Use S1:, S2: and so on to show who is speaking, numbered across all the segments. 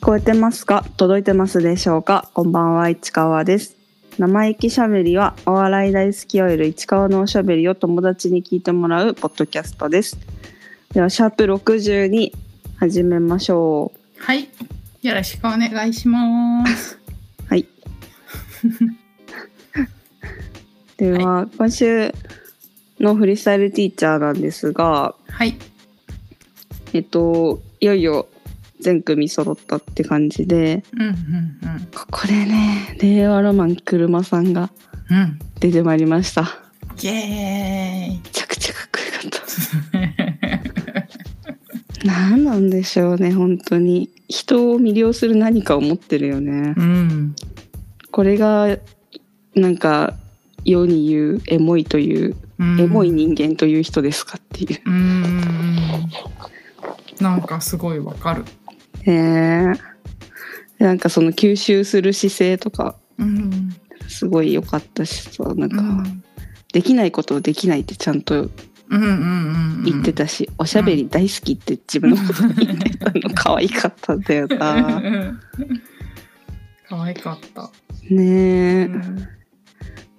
S1: こえてますか届いてますでしょうかこんばんは、市川です。生意気しゃべりは、お笑い大好きオイル市川のおしゃべりを友達に聞いてもらうポッドキャストです。では、シャープ62、始めましょう。
S2: はい。よろしくお願いします。
S1: はい。では、今週のフリースタイルティーチャーなんですが、
S2: はい。
S1: えっと、いよいよ全組揃ったって感じで、
S2: うんうんうん。
S1: ここでね、令和ロマン車さんが
S2: うん。
S1: 出てまいりました。め
S2: イエーイ。
S1: ちゃくちゃかっこよかった。何なんでしょうね、本当に。人を魅了する何かを持ってるよね
S2: う。ん。
S1: これが、なんか、世に言うエモいという、
S2: うん
S1: エモい。人間という人ですかっていう。
S2: うんうんうん。なんかすごいわかる。
S1: ねえなんかその吸収する姿勢とか
S2: うん。
S1: すごい良かったしさなん
S2: うん。う
S1: か
S2: ん
S1: できないことをできないってちゃんと
S2: うんうんうん。
S1: 言ってたし、おしゃべり大好きって自 分のこと言ってたの可愛かったんだよな
S2: うん。可愛かった。
S1: ねえ、
S2: うん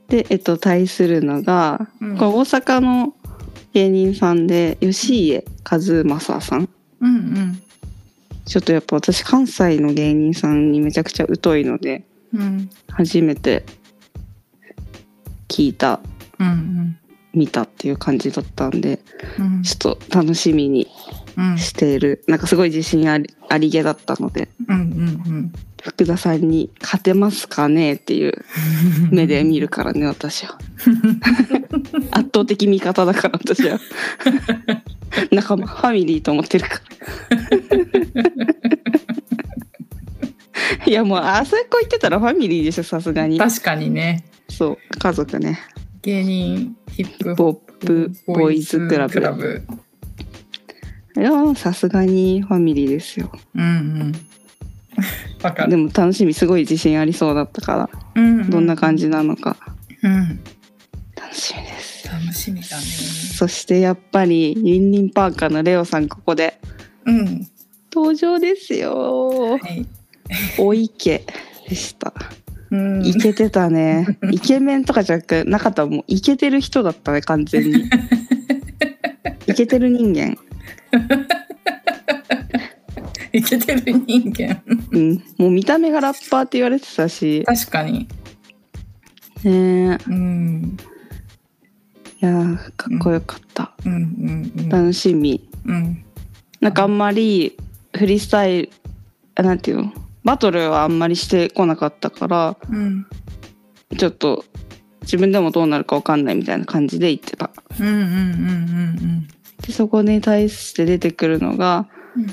S1: でえっと対するのが、
S2: うん
S1: これ大阪の芸人さんで吉家和正さん
S2: うん
S1: ちょっとやっぱ私関西の芸人さんにめちゃくちゃ疎いので
S2: うん。うん。
S1: 初めて聞いた
S2: うん
S1: 見たっていう感じだったんで
S2: うん。うん
S1: ちょっと楽しみに
S2: うん
S1: しているなんかすごい自信ありありげだったので
S2: うん
S1: 福田さんに「勝てますかね?」っていう
S2: うん。
S1: 目で見るからね私 は圧倒的味方だから私は仲間ファミリーと思ってるから いやもうあそこ行ってたらファミリーでしょさすがに
S2: 確かにね。
S1: そう家族ね
S2: 芸人ヒップホ
S1: ボップ
S2: ップ
S1: ボーイズクラブ
S2: クラブ。
S1: いやーさすがにファミリーですよ
S2: うんうん。 わか
S1: で
S2: る。
S1: も楽しみすごい自信ありそうだったから
S2: うんうん
S1: どんな感じなのか
S2: うん。
S1: 楽しみです。
S2: 楽しみだね。
S1: そしてやっぱりリンリンパーカーのレオさんここで
S2: うん。
S1: 登場ですよ。
S2: はい。
S1: お池でした。
S2: うん。
S1: イケてたね。イケメンとかじゃなくなかったもうイケてる人だったね完全 に。イケてる人間。
S2: いけてる人間。
S1: うん。もう見た目がラッパーって言われてたし。
S2: 確かに。
S1: ねえ
S2: うん。
S1: いやーかっこよかった。
S2: うんうん
S1: 楽しみ。
S2: うん。うん。
S1: なんかあんまりフリースタイルあなんていうのバトルはあんまりしてこなかったから
S2: うん。
S1: ちょっと自分でもどうなるかわかんないみたいな感じで言ってた
S2: うんうんうん
S1: でそこに対して出てくるのが
S2: うんうん。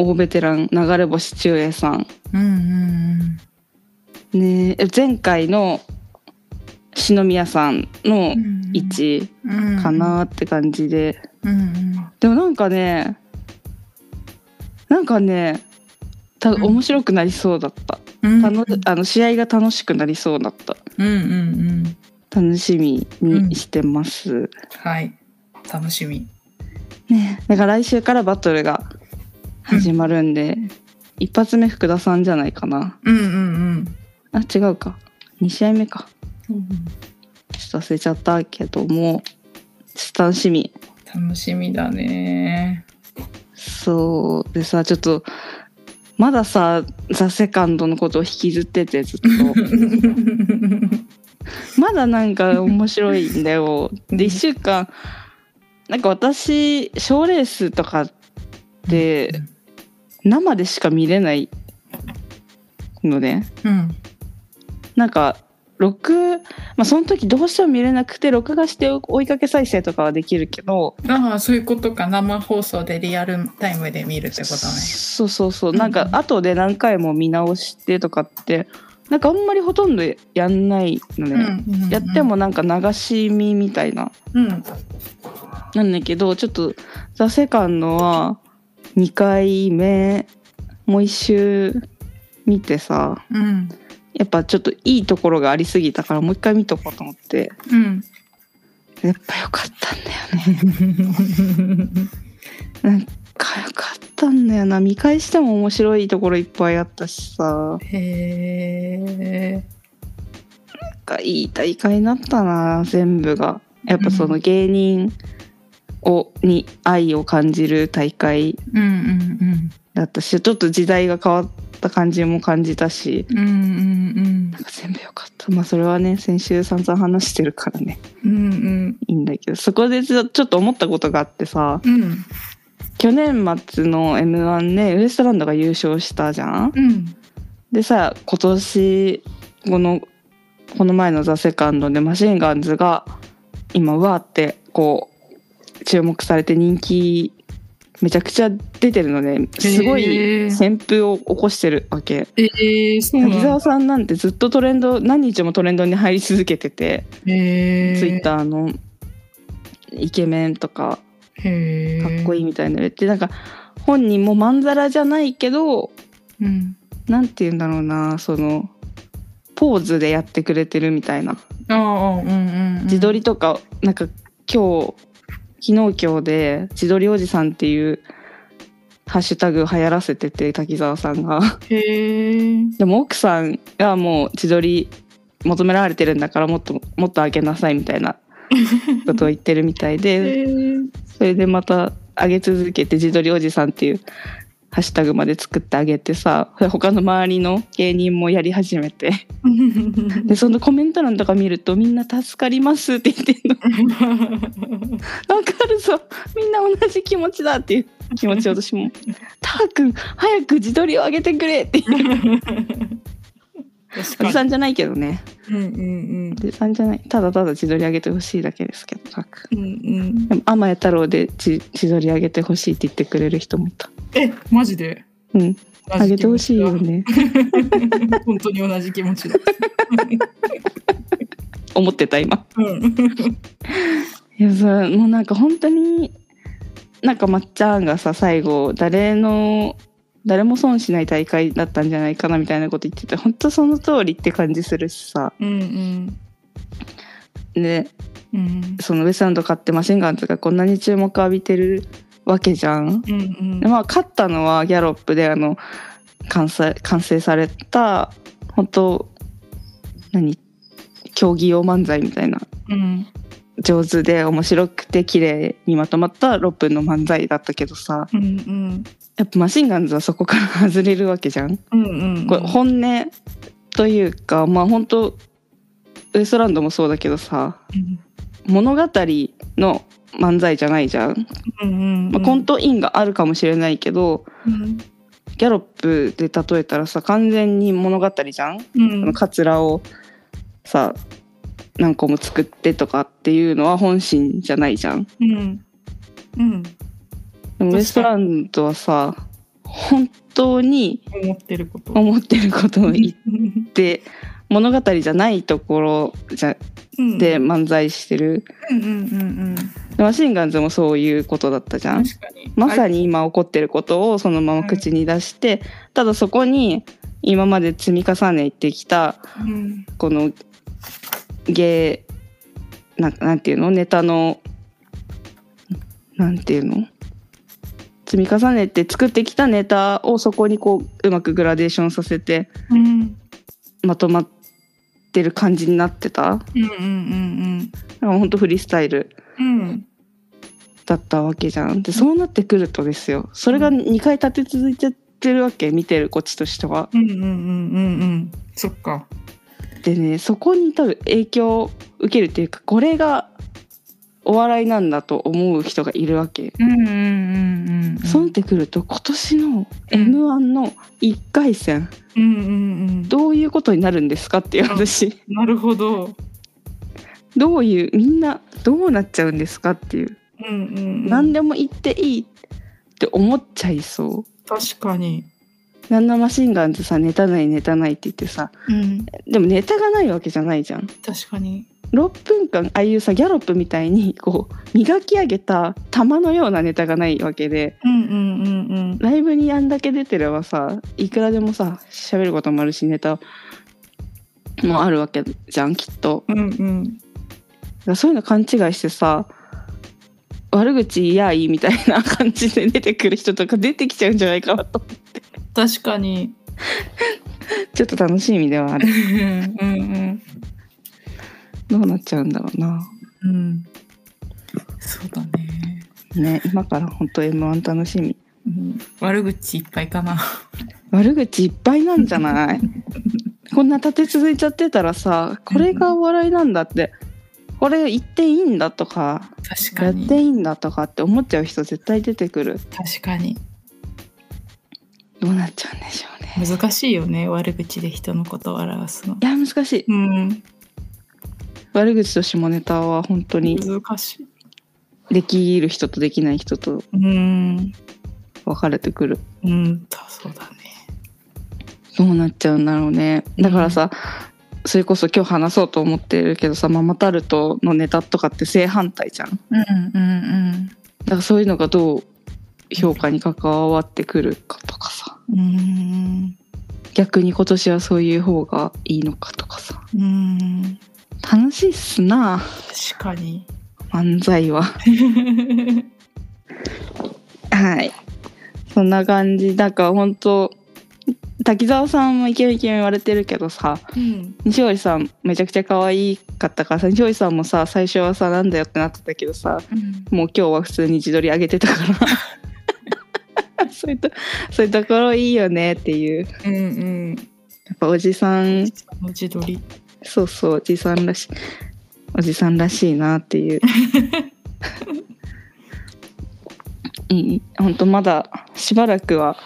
S1: 大ベテラン流れ星中英さん
S2: うんうん
S1: ねえ前回の篠宮さんの
S2: うん。
S1: 位置か。なって感じで、
S2: うん
S1: でもなんかねなんかねた
S2: うん
S1: 面白くなりそうだった
S2: うん。
S1: 楽あの試合が楽しくなりそうだった
S2: うんうんうん。
S1: 楽しみにしてます、
S2: はい。楽しみ。
S1: ねだから来週からバトルが始まるんで、一発目福田さんじゃないかな
S2: うんうん
S1: あ違うか2試合目か
S2: う
S1: ち
S2: ん。
S1: ょっと忘れちゃったけどもちょっと楽しみ
S2: 楽しみだね。
S1: そうでさちょっとまださ「ザ・セカンドのことを引きずっててずっとまだなんか面白いんだよで1週間なんか私賞ーレースとかって生でしか見れないのね
S2: うん
S1: なんか録、まあ、その時どうしても見れなくて録画して追いかけ再生とかはできるけど
S2: ああそういうことか生放送でリアルタイムで見るってことね
S1: そうそうそう
S2: うんうん
S1: なんか後で何回も見直してとかってなんかあんまりほとんどやんないのね、
S2: うんうんうん
S1: やってもなんか流し見みたいな
S2: うん
S1: なんだけどちょっと「ザ・セカンドは2回目もう一周見てさ
S2: うん
S1: やっぱちょっといいところがありすぎたからもう一回見とこうと思って
S2: うん
S1: やっぱよかったんだよねなんかよかったんだよな見返しても面白いところいっぱいあったしさ
S2: へえ。
S1: なんかいい大会になったな全部がやっぱその芸人をに愛を感じる大会
S2: うんうん
S1: だったしちょっと時代が変わった感じも感じたし
S2: うん。うんうん
S1: なんか全部良かったまあそれはね先週散々話してるからね
S2: うん。うんうん。
S1: いいんだけどそこでちょちょっと思ったことがあってさ
S2: うん
S1: 去年末の m 1ねウエストランドが優勝したじゃん
S2: うん。
S1: でさ今年このこの前の「ザセカンドでマシンガンズが今うわーってこう注目されて人気めちゃくちゃ出てるのですご
S2: へ
S1: い
S2: ー
S1: 旋風を起こしてるわけ。
S2: ええ、そう
S1: 滝
S2: なんだ
S1: 沢。さんなんてずっとトレンド何日もトレンドに入り続けてて、
S2: へえ。
S1: ツイッターのイケメンとか
S2: へえ。
S1: かっこいいみたいなの言ってなんか本人もまんざらじゃないけど
S2: うん。
S1: なんて言うんだろうなそのポーズでやってくれてるみたいな
S2: ああ、うんうんうん。
S1: 自撮りとか、なんか今日昨日今日で「自撮りおじさん」っていうハッシュタグ流行らせてて滝沢さんが。
S2: へえ。
S1: でも奥さんがもう自撮り求められてるんだからもっともっとあげなさいみたいなことを言ってるみたいで
S2: へえ。
S1: それでまた上げ続けて自撮りおじさんっていうハッシュタグまで作ってあげてさ他の周りの芸人もやり始めてでそのコメント欄とか見るとみんな助かりますって言って るのわかるぞみんな同じ気持ちだっていう気持ち私 も「たーくん早く自撮りを上げてくれ」っていう
S2: 確
S1: おじ
S2: か
S1: さんじゃないけどね
S2: に。うんうん
S1: おじさんじゃないただただ自撮り上げてほしいだけですけどたーくん
S2: うん。うんうん
S1: で。も天谷太郎で自自撮り上げてほしいって言ってくれる人もいた。
S2: え、マジで。
S1: うん、上げ
S2: 同じ
S1: てほ
S2: 気持ち
S1: しい
S2: だ
S1: よ。 ね。
S2: 本当に同じ気持ちだ。
S1: 思ってた今。
S2: うん。
S1: いやさもうなんか本当になんかまっちゃんがさ最後誰の誰も損しない大会だったんじゃないかなみたいなこと言ってて本当その通りって感じするしさ
S2: うんうん。
S1: で
S2: うん。
S1: そのウエストランド勝ってマシンガンズがこんなに注目浴びてるわけじゃん。
S2: うんうん
S1: でまあ勝ったのはギャロップであの完成完成された本当何競技用漫才みたいな
S2: うん
S1: 上手で面白くて綺麗にまとまった6分の漫才だったけどさ
S2: うんうん
S1: やっぱマシンガンズはそこから外れるわけじゃん。
S2: うんうん
S1: これ本音というかまあ本当ウエストランドもそうだけどさ
S2: うん
S1: 物語の漫才じゃないじゃん。
S2: うんうん
S1: まあ、コントインがあるかもしれないけど、
S2: うん
S1: ギャロップで例えたらさ完全に物語じゃん、
S2: うん
S1: そのカツラをさ何個も作ってとかっていうのは本心じゃないじゃん
S2: うんうん
S1: でもウエストランドはさ本当に
S2: 思ってること
S1: 思ってることを言っ
S2: うん
S1: て物語じゃないところじゃで
S2: うん
S1: 漫才してる
S2: うんうんうん
S1: でマシンガンズもそういうことだったじゃん
S2: 確かに
S1: まさ
S2: に
S1: に今起こってることをそのまま口に出してただそこに今まで積み重ねてきた
S2: うん
S1: この芸ななんていうのネタのなんていうの積み重ねて作ってきたネタをそこにこううまくグラデーションさせて
S2: うん
S1: まとまってる感じになってたなんか
S2: うんうん
S1: ほんとフリースタイル
S2: うんうん
S1: だったわけじゃんでそうなってくるとですよそれが2回立て続いちゃってるわけ見てるこっちとしては。
S2: うんうんうんうんうんそっか
S1: でねそこに多分影響を受けるっていうかこれがお笑いなんだと思う人がいるわけ。
S2: うんうんうんうん
S1: そうなってくると今年の
S2: うん
S1: m 1の1回戦
S2: うんうんうん
S1: どういうことになるんですかっていう話
S2: なるほど
S1: どういうみんなどうなっちゃうんですかっていう
S2: うんうんうん
S1: 何でも言っていいって思っちゃいそう。
S2: 確かに
S1: なんなマシンガンズさネタないネタないって言ってさ
S2: うん
S1: でもネタがないわけじゃないじゃん。
S2: 確かに
S1: 6分間ああいうさギャロップみたいにこう磨き上げた玉のようなネタがないわけで
S2: うんうんうんうん
S1: ライブにあんだけ出てればさいくらでもさ喋ることもあるしネタもあるわけじゃんきっと
S2: うんうん
S1: だからそういうの勘違いしてさ悪口言やいいみたいな感じで出てくる人とか出てきちゃうんじゃないかなと
S2: 確かに。
S1: ちょっと楽しみではある
S2: うんうん
S1: どうなっちゃうんだろうな
S2: うん。そうだね。
S1: ね今から本当 m 1楽しみ
S2: うん、悪口いっぱいかな。
S1: 悪口いっぱいなんじゃない こんな立て続いちゃってたらさこれがお笑いなんだってこれ言っていいんだとか
S2: 確
S1: や
S2: か
S1: っ
S2: に。
S1: ていいんだとかって思っちゃう人絶対出てくる
S2: 確かに。
S1: どうなっちゃうんでしょうね
S2: 難しいよね。悪口で人のことを表すの
S1: い。や難しい
S2: うん。
S1: 悪口と下ネタは本当に
S2: 難しい。
S1: できる人とできない人と
S2: うん。
S1: 分かれてくる
S2: うん。たそうだね。
S1: どうなっちゃうんだろうねだからさ、それこそ今日話そうと思ってるけどさママタルトのネタとかって正反対じゃんだ
S2: うんうん
S1: からそういうのがどう評価に関わってくるかとかさ
S2: うん。うん。
S1: 逆に今年はそういう方がいいのかとかさ
S2: うん。
S1: 楽しいっすな
S2: 確かに。
S1: 漫才ははいそんな感じだから本当滝沢さんもイケメンイケメン言われてるけどさ、
S2: うん。
S1: 西堀さんめちゃくちゃ可愛かったからさ西堀さんもさ最初はさなんだよってなってたけどさ
S2: うん
S1: もう今日は普通に自撮り上げてたから そういうとそういうところいいよねっていうや
S2: うん
S1: っぱおじさ
S2: うんん。文字通り。
S1: そうそうおじさんらしいおじさんらしいなっていういいほんとまだしばらくは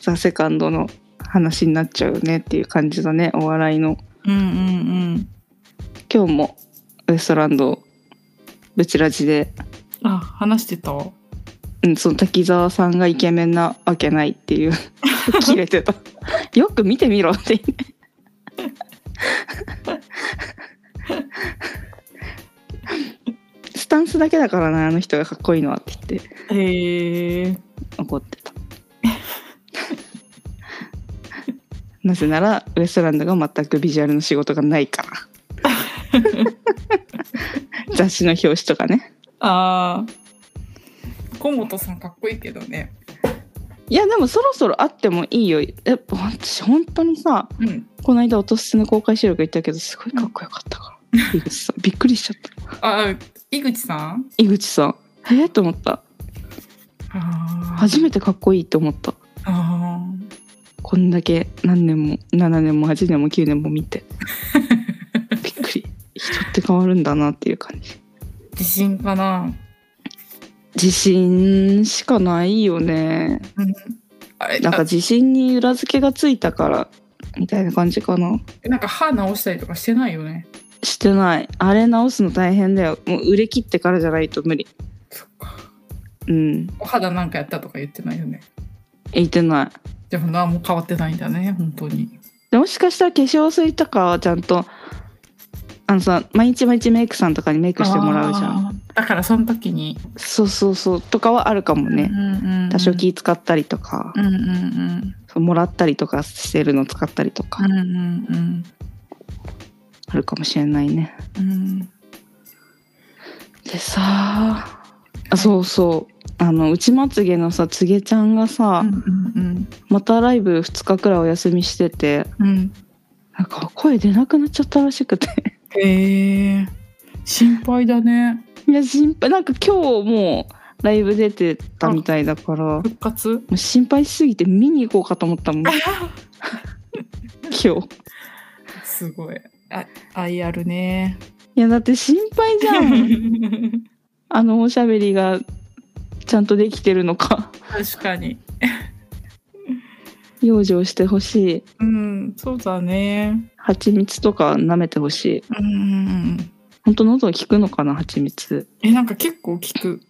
S1: ザ・セカンドの話になっちゃうよねっていう感じだねお笑いの
S2: うんうん
S1: 今日もウエストランドブチラジで、
S2: うん。あ、話してた。う
S1: うん、その滝沢さんがイケメンなわけないっていう切れてたよく見てみろって言ってスタンスだけだからなあの人がかっこいいのはって言って
S2: へえ。
S1: 怒ってたなぜならウエストランドが全くビジュアルの仕事がないから雑誌の表紙とかね
S2: ああ。小本さんかっこいいけどね。
S1: いやでもそろそろあってもいいよやっぱ私本当にさ
S2: うん。
S1: この間「おとすの公開収録行ったけどすごいかっこよかったから、井口さんびっくりしちゃった
S2: あ、井口さん。
S1: 井口さんえっと思った
S2: あー
S1: 初めてかっこいいと思った
S2: あ
S1: こんだけ何年も7年も8年も9年も見てびっくり人って変わるんだなっていう感じ
S2: ー。自信かな。
S1: 自信しかないよね
S2: うん。あれ、
S1: なんか
S2: あ
S1: 自信に裏付けがついたからみたいな感じかな
S2: なんか歯直したりとかしてないよね。
S1: してないあれ直すの大変だよもう売れ切ってからじゃないと無理
S2: そっか。
S1: うん
S2: お肌なんかやったとか言ってないよね。
S1: 言ってない
S2: でも何も変わってないんだね、本当に。
S1: でもしかしたら化粧水とかはちゃんとあのさ毎日毎日メイクさんとかにメイクしてもらうじゃん
S2: あー。だからその時に。
S1: そうそうそうとかはあるかもね、
S2: うんうん、
S1: 多少気使ったりとか
S2: う、んうんうん。
S1: そうもらったりとかしてるの使ったりとか
S2: うんうん
S1: あるかもしれないね、
S2: うん。うん。
S1: でさあそうそうあの内まつげのさつげちゃんがさ、
S2: うん
S1: またライブ2日くらいお休みしてて
S2: うんうん。
S1: なんか声出なくなっちゃったらしくて
S2: へえ。心配だね。
S1: いや心配なんか今日もうライブ出てたみたいだからも
S2: 復活？
S1: う心配しすぎて見に行こうかと思った もん今日
S2: すごい。あ、愛あ るね。
S1: いやだって心配じゃ んあのおしゃべりがちゃんとできてるのか
S2: 確かに。
S1: 養生してほしい
S2: うん、そうだね。
S1: 蜂蜜とか舐めてほしい
S2: うん。
S1: ほんと喉効くのかな蜂蜜
S2: え、なんか結構効く。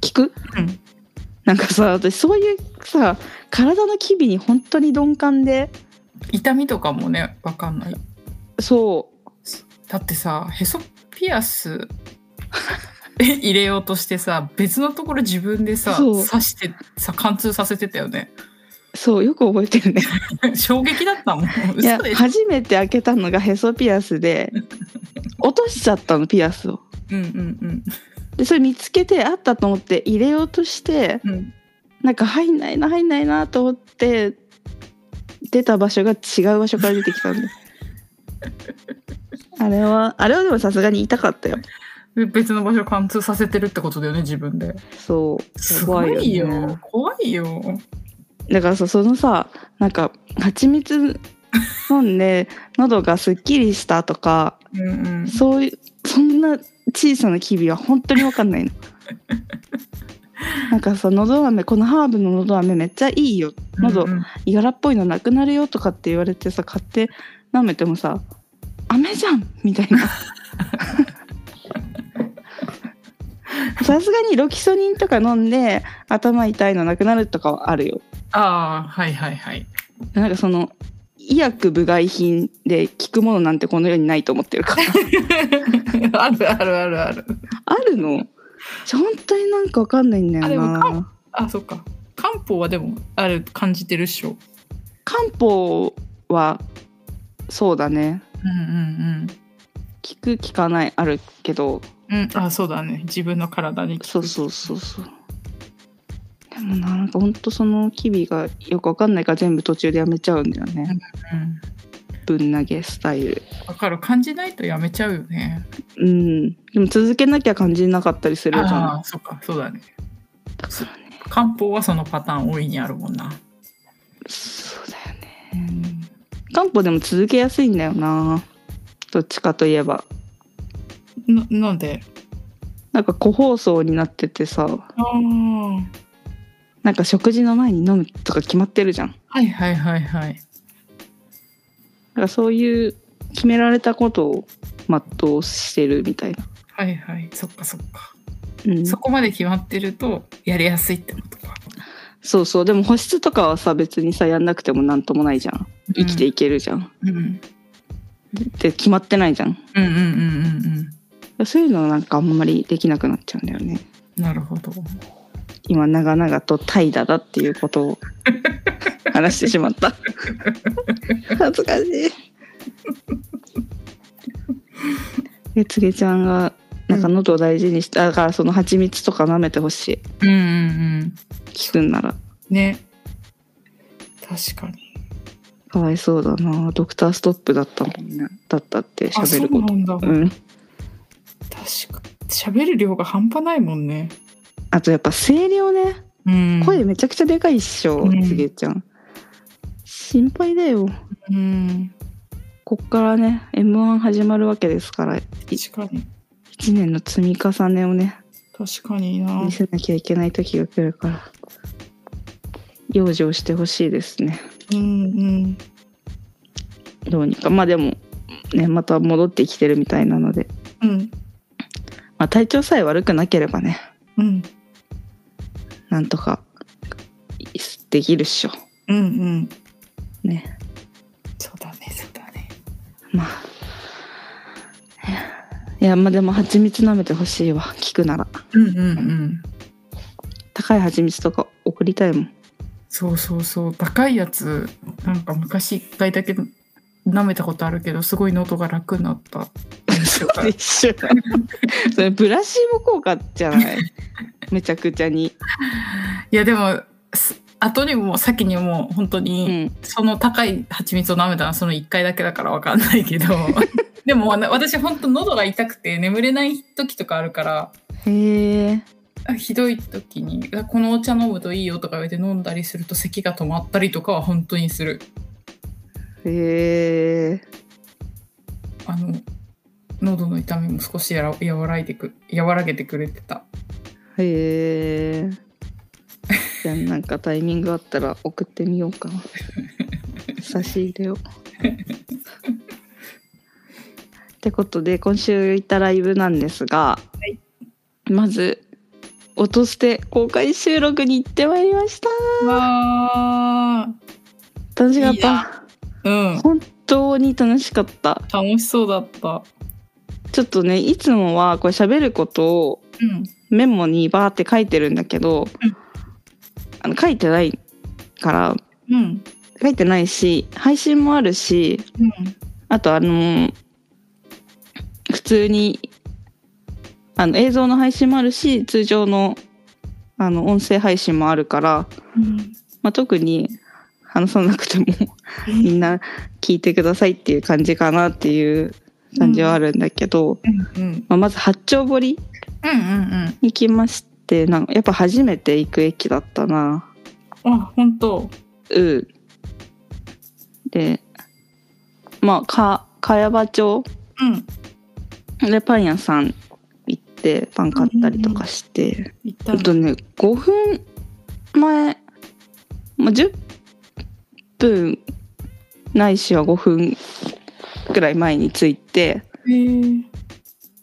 S1: 効く
S2: うん。
S1: なんかさ私そういうさ体の機微に本当に鈍感で
S2: 痛みとかもね、わかんない。
S1: そう
S2: だってさ、へそピアス。 入れようとしてさ別のところ自分でさ
S1: そう
S2: 刺してさ貫通させてたよね
S1: そうよく覚えてるね
S2: 衝撃だったもん
S1: いや
S2: 嘘でしょ
S1: 初めて開け たのがへそピアスで落としちゃったのピアスを
S2: うんうんうん
S1: でそれ見つけてあったと思って入れようとして
S2: うん。
S1: なんか入んないな入んないなと思って出た場所が違う場所から出てき たんであれはあれはでもさすがに痛かったよ
S2: で別の場所貫通させてるってことだよね、自分で。
S1: そう
S2: すごいよ。
S1: ね
S2: 怖いよ。
S1: だからさそのさなんか蜂蜜飲んで喉がすっきりしたとか
S2: うんうん。
S1: そういうそんな小さな機微は本当に分かんないの。なんかさのど飴このハーブののど飴めっちゃいいよ喉
S2: うんうん
S1: いがらっぽいのなくなるよとかって言われてさ買って舐めてもさ飴じゃんみ たいな。さすがにロキソニンとか飲んで頭痛いのなくなるとかはあるよ。
S2: ああ、はいはいはい。
S1: なんかその医薬部外品で効くものなんてこの世にないと思ってるから
S2: あるあるあるある。
S1: あるのちょ本当になんかわかんないんだよ
S2: あでも
S1: な
S2: あ、そっか。漢方はでも、ある、感じてるっしょ。
S1: 漢方はそうだね
S2: うんうん
S1: 効く効かないあるけど
S2: うん。うん、あ、そうだね。自分の体に効く。
S1: そうそうそうそうでもななんかほんとその機微がよくわかんないから全部途中でやめちゃうんだよね
S2: うん。
S1: ぶん投げスタイル
S2: わかる。感じないとやめちゃうよね。
S1: うんでも続けなきゃ感じなかったりするじゃ
S2: あ
S1: ん
S2: あ、そっか、そうだね。
S1: だからね
S2: 漢方はそのパターン多いにあるもんな。
S1: そうだよね漢方でも続けやすいんだよなどっちかといえば
S2: ななんで
S1: なんか個包装になっててさ
S2: ああ。
S1: なんか食事の前に飲むとか決まってるじゃんだ
S2: はいはいはいはい。
S1: からそういう決められたことを全うしてるみたいな、
S2: はいはい。そっかそっか。
S1: うん、
S2: そこまで決まってるとやりやすいってことか。
S1: そうそうでも保湿とかはさ別にさやんなくてもなんともないじゃん生きていけるじゃん、
S2: うん、うん、
S1: で決まってないじゃん
S2: うんうんうん
S1: そういうのなんかあんまりできなくなっちゃうんだよね
S2: うん。なるほど。
S1: 今長々と怠惰だっていうことを話してしま った恥ずかしいえつげちゃんがなんか喉を大事にして、だからその蜂蜜とか舐めてほし
S2: うんうんうん。
S1: い効くんなら
S2: ね。確かに。
S1: かわいそうだなドクターストップだったもんねだったって
S2: あ、
S1: 喋
S2: そう
S1: るこ
S2: なんだ。
S1: とうん
S2: 確か。喋る量が半端ないもんね。
S1: あとやっぱ声量ね
S2: うん。
S1: 声めちゃくちゃでかいっしょ、
S2: うん
S1: つげちゃん心配だよ
S2: うん。
S1: こっからね m 1始まるわけですから
S2: 確かに。
S1: 1年の積み重ねをね
S2: 確かにな
S1: 見。せなきゃいけない時が来るから養生してほしいですね
S2: うんうん。
S1: どうにかまあでもねまた戻ってきてるみたいなので、
S2: うん。
S1: まあ、体調さえ悪くなければね
S2: うん。
S1: なんとかいできるっしょ
S2: うんうん。
S1: ね
S2: そうだね、そうだね。
S1: まあいやまあでも蜂蜜舐めてほしいわ聞くなら
S2: うんうんうん。
S1: 高い蜂蜜とか送りたいも ん
S2: そうそうそう。高いやつ、なんか昔一回だけ舐めたことあるけど、すごい喉が楽になった。
S1: そうでしょ それブラシーボ効果じゃ ないめちゃくちゃに
S2: いや、でも、す後にも先にもう本当
S1: う
S2: に、
S1: ん
S2: その高い蜂蜜を舐めたのはその一回だけだからわかんない けど。でもな私本当喉が痛くて眠れない時とかあるから、
S1: へえ
S2: あひどい時に、あこのお茶飲むといいよとか言って飲んだりすると咳が止まったりとかは本当にする。
S1: へえ
S2: あの喉の痛みも少しやら和らいでく和らげてくれてた。
S1: へえじゃあなんかタイミングあったら送ってみようかな差し入れをってことで今週行ったライブなんですが、まず「音捨て」公開収録に行ってまいりました
S2: わあ、
S1: 楽しかっ
S2: いい
S1: た
S2: うん、
S1: 本当に楽しかった
S2: 楽しそうだった。
S1: ちょっとねいつもはこれ喋ることを
S2: うん、
S1: メモにバーって書いてるんだけど、
S2: うん
S1: あの書いてないから
S2: うん、
S1: 書いてないし配信もあるし
S2: うん、
S1: あとあのー普通にああの映像の配信もあるし通常のあの音声配信もあるから、まあ、特に話さなくても みんな聞いてくださいっていう感じかなっていう感じはあるんだけど、
S2: うんうん
S1: まあ、まず八丁堀
S2: うん
S1: に来ましてなんかやっぱ初めて行く駅だったな。
S2: うん。あ、本当。
S1: うん、でまあか茅場町
S2: うん。
S1: でパン屋さん行ってパン買ったりとかして。
S2: 行った
S1: えっとね5分前、まあ、10分ないしは5分くらい前に着いて
S2: へえ。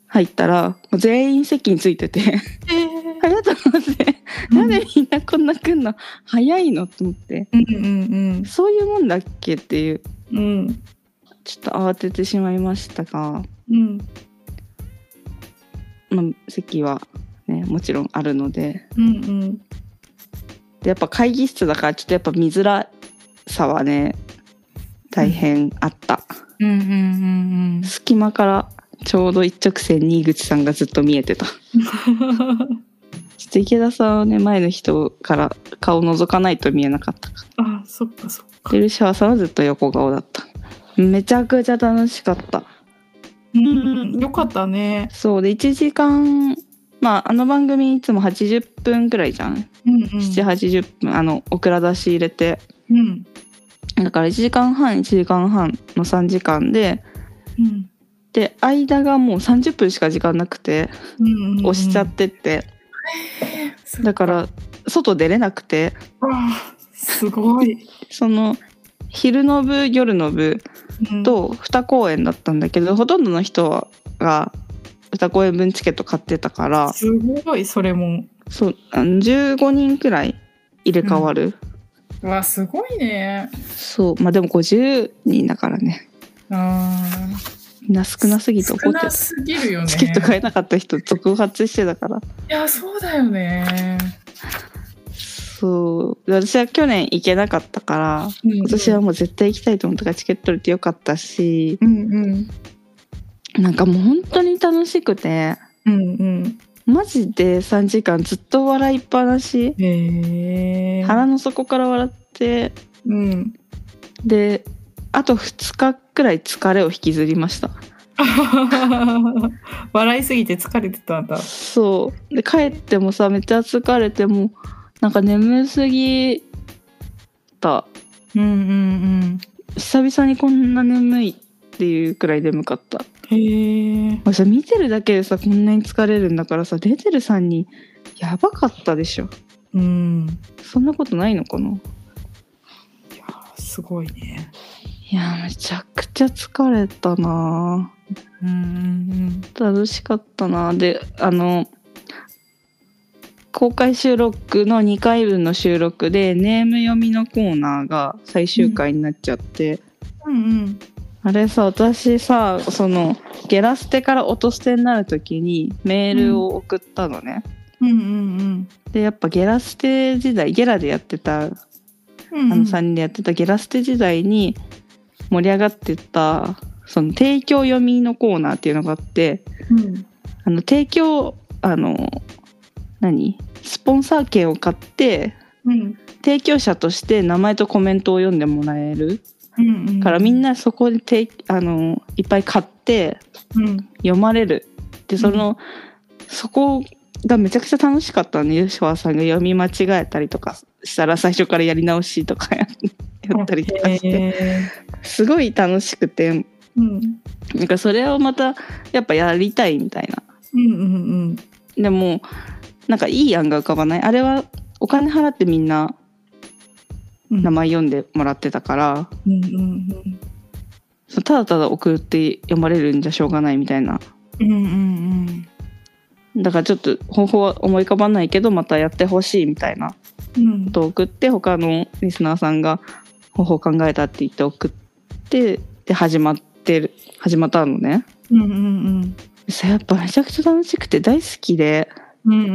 S1: 入ったらもう全員席についてて
S2: へ
S1: ありがとうございます
S2: え。
S1: なんでみんなこんな来んの早いのと思って
S2: うんうん
S1: そういうもんだっけっていう
S2: うん。うん。
S1: ちょっと慌ててしまいましたが、
S2: うん。
S1: まあ、席は、ね、もちろんあるので
S2: うんうん。
S1: でやっぱ会議室だからちょっとやっぱ見づらさはね大変あった、
S2: うんうんうん
S1: 隙間からちょうど一直線に井口さんがずっと見えてたちょ
S2: うん。
S1: っと池田さんはね前の人から顔覗かないと見えなかったか
S2: あ、そっかそっか。
S1: でルシファーさんはずっと横顔だっためちゃくちゃ楽しかった
S2: うん。よかったね。
S1: そうで1時間まああの番組いつも80分くらいじゃん、
S2: うんうん。
S1: 780分あのオクラ出し入れて
S2: うん。
S1: だから1時間半1時間半の3時間で
S2: うん。
S1: で間がもう30分しか時間なくて
S2: うんうん。
S1: 押しちゃってって、だから外出れなくて
S2: あーすごい。
S1: その昼の部夜の部
S2: うん、
S1: と2公演だったんだけど、ほとんどの人が2公演分チケット買ってたから
S2: すごいそれも。
S1: そうあの15人くらい入れ替わる、
S2: うわすごいね。
S1: そうまあでも50人だからね
S2: あ
S1: みんな少なすぎて怒
S2: 少
S1: って
S2: な
S1: た、
S2: すぎるよね。
S1: チケット買えなかった人続発してたから
S2: いやそうだよね。
S1: そう私は去年行けなかったから
S2: うん、
S1: 今年はもう絶対行きたいと思ったからチケット取れてよかったし
S2: うんうん
S1: なんかもう本当に楽しくて
S2: うんうん。
S1: マジで3時間ずっと笑いっぱなし、
S2: へえ。
S1: 腹の底から笑って
S2: うん。
S1: であと2日くらい疲れを引きずりました
S2: 笑いすぎて疲れてたんだ。
S1: そうで帰ってもさめっちゃ疲れてもうなんか眠すぎた
S2: うんうん
S1: 久々にこんな眠いっていうくらい眠かった
S2: うん。へえ。
S1: もうさ見てるだけでさこんなに疲れるんだからさ出てるさんにやばかったでしょ
S2: うん。
S1: そんなことないのかない
S2: やすごいね。
S1: いやめちゃくちゃ疲れたな
S2: うんうん
S1: 楽しかったなであの公開収録の2回分の収録でネーム読みのコーナーが最終回になっちゃって、
S2: うん。うんうん。
S1: あれさ私さそのゲラ捨てから音捨てになる時にメールを送ったのね、
S2: うんうん
S1: でやっぱゲラ捨て時代ゲラでやってたあ
S2: うん。うん
S1: の3人でやってたゲラ捨て時代に盛り上がってたその提供読みのコーナーっていうのがあって、
S2: うん。
S1: あの提供あの何スポンサー券を買って
S2: うん
S1: 提供者として名前とコメントを読んでもらえる
S2: うんうん。
S1: からみん。なそこでてあのいっぱい買って
S2: うん。
S1: 読まれるでその、そこがめちゃくちゃ楽しかったね吉川さんが読み間違えたりとかしたら最初からやり直しとかや やったりとかして
S2: へ
S1: すごい楽しくて
S2: ーうん
S1: なんかそれをまたやっぱやりたいみたいな
S2: うんうん
S1: でもなんかいい案が浮かばないあれはお金払ってみんな
S2: うん。
S1: 名前読んでもらってたから、
S2: うんうん
S1: そのただただ送って読まれるんじゃしょうがないみたいな
S2: うん。うんうん
S1: だからちょっと方法は思い浮かばないけどまたやってほしいみたいなこ
S2: うん。うん。
S1: とを送って他のリスナーさんが方法考えたって言って送ってで始まってる始まったのね
S2: うんうん
S1: それやっぱめちゃくちゃ楽しくて大好きで
S2: うん。うんう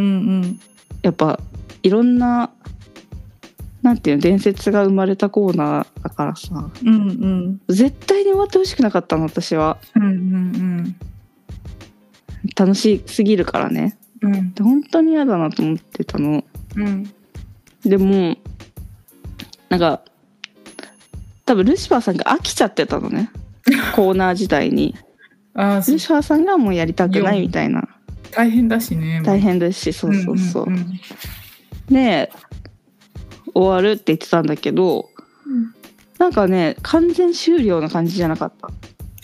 S2: ん
S1: やっぱいろんななんていうの伝説が生まれたコーナーだからさ
S2: うん。うんうん。
S1: 絶対に終わってほしくなかったの私は
S2: うんうんうん。
S1: 楽しすぎるからね
S2: うん
S1: で本当に嫌だなと思ってたの
S2: うん
S1: でもなんか多分ルシファーさんが飽きちゃってたの ねコーナー自体に
S2: ああそ
S1: ルシファーさんがもうやりたくないみたいな
S2: 大変だしね
S1: 大変ですしそうそうそう,、
S2: んん
S1: で終わるって言ってたんだけど
S2: うん
S1: なんかね完全終了な感じじゃなかっ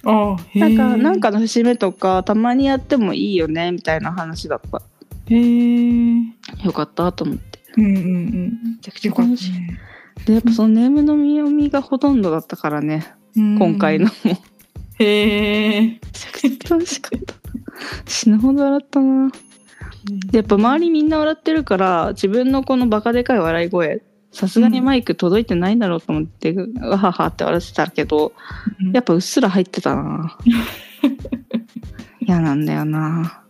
S1: た
S2: ああへ
S1: な
S2: え
S1: んかなんかの節目とかたまにやってもいいよねみたいな話だった
S2: へえうん
S1: よかったと思って
S2: うんうん
S1: めちゃくちゃ
S2: よかった
S1: 楽しい
S2: ね
S1: でやっぱそのネームのみ読みがほとんどだったからね、
S2: うん
S1: 今回のもめ
S2: へえ
S1: ちゃくちゃ楽しかった死ぬほど笑ったなでやっぱ周りみんな笑ってるから自分のこのバカでかい笑い声さすがにマイク届いてないんだろうと思って、うわははって笑ってたけど
S2: うん
S1: やっぱうっすら入ってた な嫌なんだよな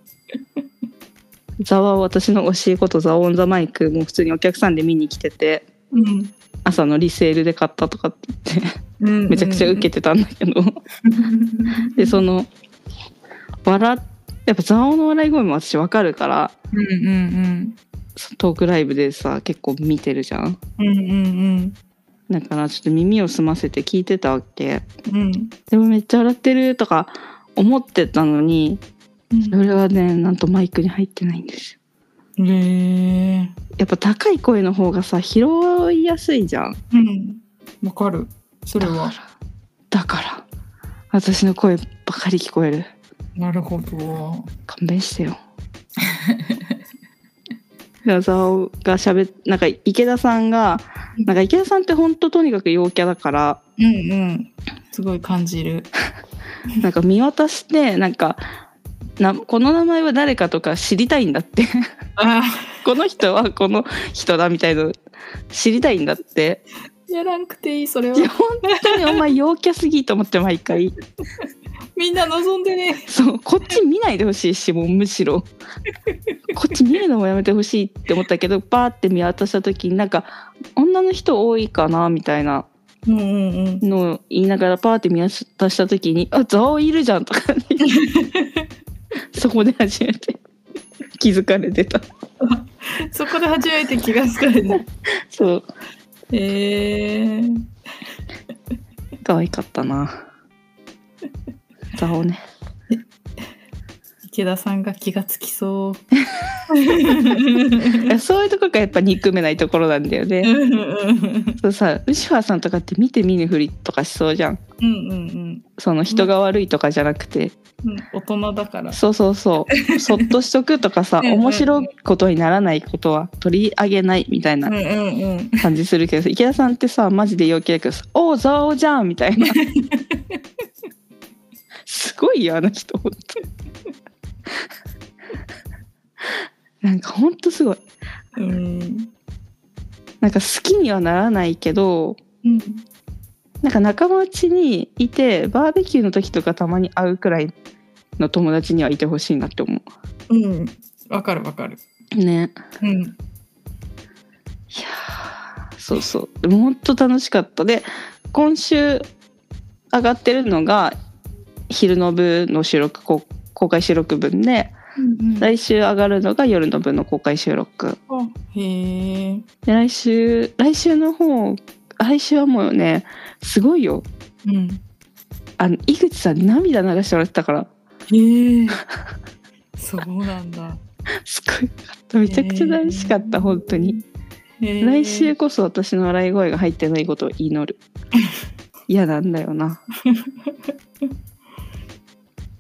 S1: ザワ私の教え子とザオンザマイクも普通にお客さんで見に来てて
S2: うん
S1: 朝のリセールで買ったとかって言って
S2: うん
S1: めちゃくちゃ受けてたんだけ どでその笑っやっぱザオの笑い声も私わかるから
S2: うんうん
S1: トークライブでさ結構見てるじゃん
S2: うんうんうん
S1: だからちょっと耳を澄ませて聞いてたわけ
S2: うん
S1: でもめっちゃ笑ってるとか思ってたのに
S2: うん
S1: それはねなんとマイクに入ってないんですよ
S2: へえ
S1: やっぱ高い声の方がさ拾いやすいじゃん
S2: うんわかるそれは
S1: だから私の声ばかり聞こえる
S2: なるほど
S1: 勘弁してよ矢沢がしゃべなんか池田さんがなんか池田さんってほんととにかく陽キャだから
S2: うんうんすごい感じる
S1: なんか見渡してなんかなこの名前は誰かとか知りたいんだって
S2: あ
S1: この人はこの人だみたいなの知りたいんだって
S2: ーやらんくていいそれはい
S1: や本当にお前陽キャすぎと思って毎回
S2: みんな望んでね
S1: そうこっち見ないでほしいしもうむしろこっち見るのもやめてほしいって思ったけどバーって見渡した時になんか女の人多いかなみたいな
S2: うんうんうん
S1: のを言いながらパーって見渡した時に「あザオいるじゃん」とか、ね、 そこで初めて気づかれてた
S2: そこで初めて気がつかれ た
S1: そう
S2: へえー、
S1: 可愛かったなザオね
S2: 池田さんが気がつ きそう
S1: いやそういうとこがやっぱ憎めないところなんだよね
S2: うんうん
S1: そうさルシファーさんとかって見て見ぬふりとかしそうじゃん
S2: うん
S1: その人が悪いとかじゃなくて、
S2: うん大人だから
S1: そうそうそうそっとしとくとか さ
S2: うんうんうん
S1: 面白いことにならないことは取り上げないみたいな
S2: うんうんうん
S1: 感じするけどさ池田さんってさマジで陽気だけどさ「おうザオじゃん」みたいなすごいよあの人ほんとなんかほんとすごい
S2: うん
S1: なんか好きにはならないけど
S2: うん
S1: なんか仲間内にいてバーベキューの時とかたまに会うくらいの友達にはいてほしいなって思
S2: うんわかるわかる
S1: うね
S2: うん
S1: いやーそうそうでも本当楽しかったで今週上がってるのが昼の部の収録こ公開収録分で
S2: うん
S1: 来週上がるのが夜の部の公開収録
S2: へえ
S1: で来週来週の方来週はもうねすごいよ
S2: うん
S1: あの井口さん涙流してもらってたから
S2: へえそうなんだ
S1: すごいよかっためちゃくちゃ楽しかった、
S2: へー
S1: 本当に
S2: へー
S1: 来週こそ私の笑い声が入ってないことを祈 る嫌なんだよなやっ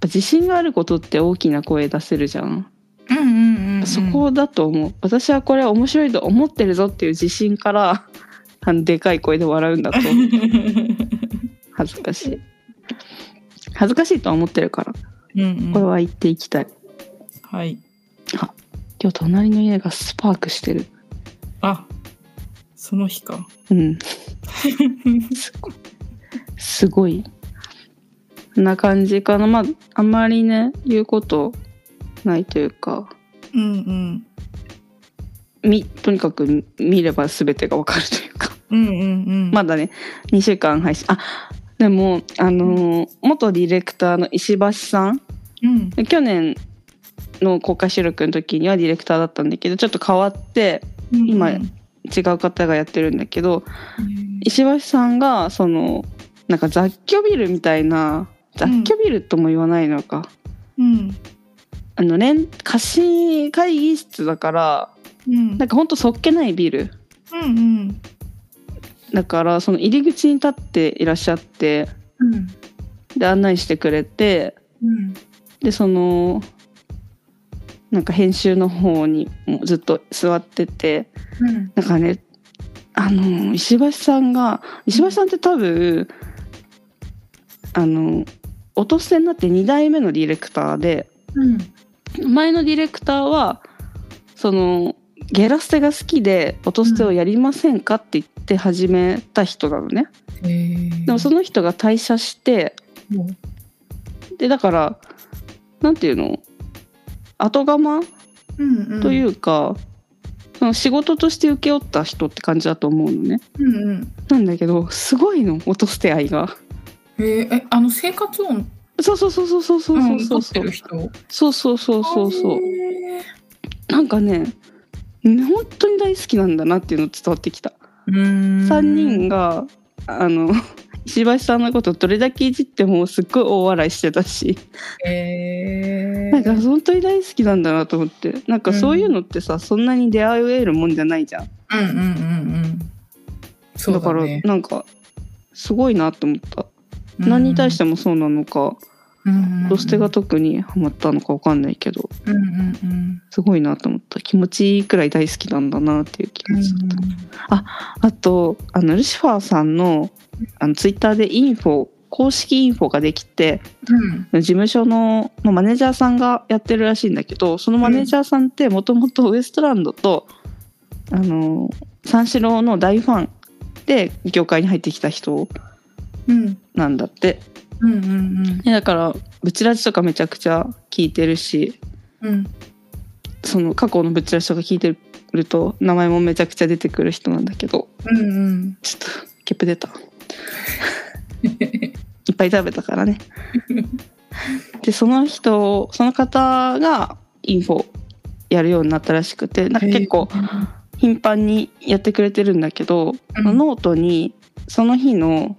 S1: ぱ自信があることって大きな声出せるじゃん、
S2: うんうんうんうん
S1: そこだと思う私はこれ面白いと思ってるぞっていう自信から あのでかい声で笑うんだと 恥ずかしい恥ずかしいとは思ってるから
S2: うんうん
S1: これは言っていきたい
S2: はい
S1: 今日隣の家がスパークしてる
S2: あその日か
S1: うんすごい。すごい。こんな感じかな。まあ、あんまりね、言うことないというか、
S2: うんうん
S1: み、とにかく見見れば全てがわかるというか。
S2: うんうんうん
S1: まだね、2週間配信。あ、でも、あのー元ディレクターの石橋さん、
S2: うん
S1: 去年、の公開収録の時にはディレクターだったんだけどちょっと変わって今
S2: うん
S1: 違う方がやってるんだけど石橋さんがそのなんか雑居ビルみたいな雑居ビルとも言わないのか、
S3: うん
S1: あの連貸し会議室だから
S3: うん
S1: なんかほんとそっけないビル
S3: うんうん
S1: だからその入り口に立っていらっしゃって
S2: うん
S1: で案内してくれて
S2: うん
S1: でそのなんか編集の方にもずっと座ってて
S2: うん
S1: なんかねあの石橋さんが石橋さんって多分あの落とせになって2代目のディレクターで
S2: うん
S1: 前のディレクターはそのゲラステが好きで「音捨てをやりませんか?」って言って始めた人なのね、
S2: へー
S1: でもその人が退社して
S2: もう
S1: でだからなんていうの後釜
S3: うんうん
S1: というか、その仕事として請け負った人って感じだと思うのね
S3: うんうん
S1: なんだけどすごいの音捨て愛が
S2: へーえあの生活音
S1: そうそうそうそうそうそう
S2: を
S1: そ
S2: 撮
S1: う
S2: っ
S1: そ
S2: て
S1: う
S2: る人
S1: そうそうそうそうそう
S2: へー
S1: なんかね本当に大好きなんだなっていうの伝わってきた
S2: うーん
S1: 3人があの 石橋さんのことどれだけいじってもすっごい大笑いしてたし
S2: へー
S1: なんか本当に大好きなんだなと思ってなんかそういうのってさ、そんなに出会えるもんじゃないじゃん
S2: うんうんうんうんそう
S1: だ
S2: だ,、
S1: から
S2: ね、
S1: なんかすごいなと思った、
S2: うん
S1: 何に対してもそうなのか
S2: うんうんうん
S1: ロステが特にハマったのかわかんないけど
S2: うんうんうん
S1: すごいなと思った気持ちいいくらい大好きなんだなっていう気
S2: うん
S1: 持ちだった、あとあのルシファーさんのあのツイッターでインフォ公式インフォができて、
S2: うん
S1: 事務所の、まあ、マネージャーさんがやってるらしいんだけどそのマネージャーさんってもともとウエストランドと、あの三四郎の大ファンで業界に入ってきた人
S3: うん
S1: なんだって、
S2: うんうん
S1: ねだからブチラジとかめちゃくちゃ聞いてるし
S2: うん
S1: その過去のブチラジとか聞いてると名前もめちゃくちゃ出てくる人なんだけど
S2: うんうん
S1: ちょっとゲップ出たいっぱい食べたからねでその人その方がインフォやるようになったらしくてなんか結構頻繁にやってくれてるんだけど、
S2: うん
S1: ノートにその日の、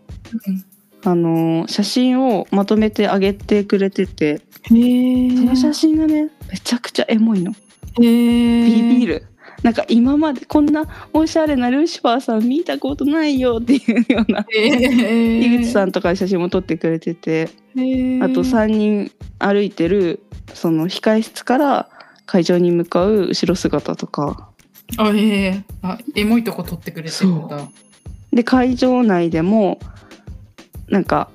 S1: あのー写真をまとめてあげてくれてて
S3: へえ
S1: その写真がねめちゃくちゃエモいの
S3: へえ
S1: ビビる。なんか今までこんなおしゃれなルシファーさん見たことないよっていうような井口さ
S3: ん
S1: んとか写真も撮ってくれててあと
S3: さ
S1: 3人歩いてるその控室から会場に向かう後ろ姿とか
S2: あええあエモいとこ撮ってくれてるんだ
S1: で会場内でもなんか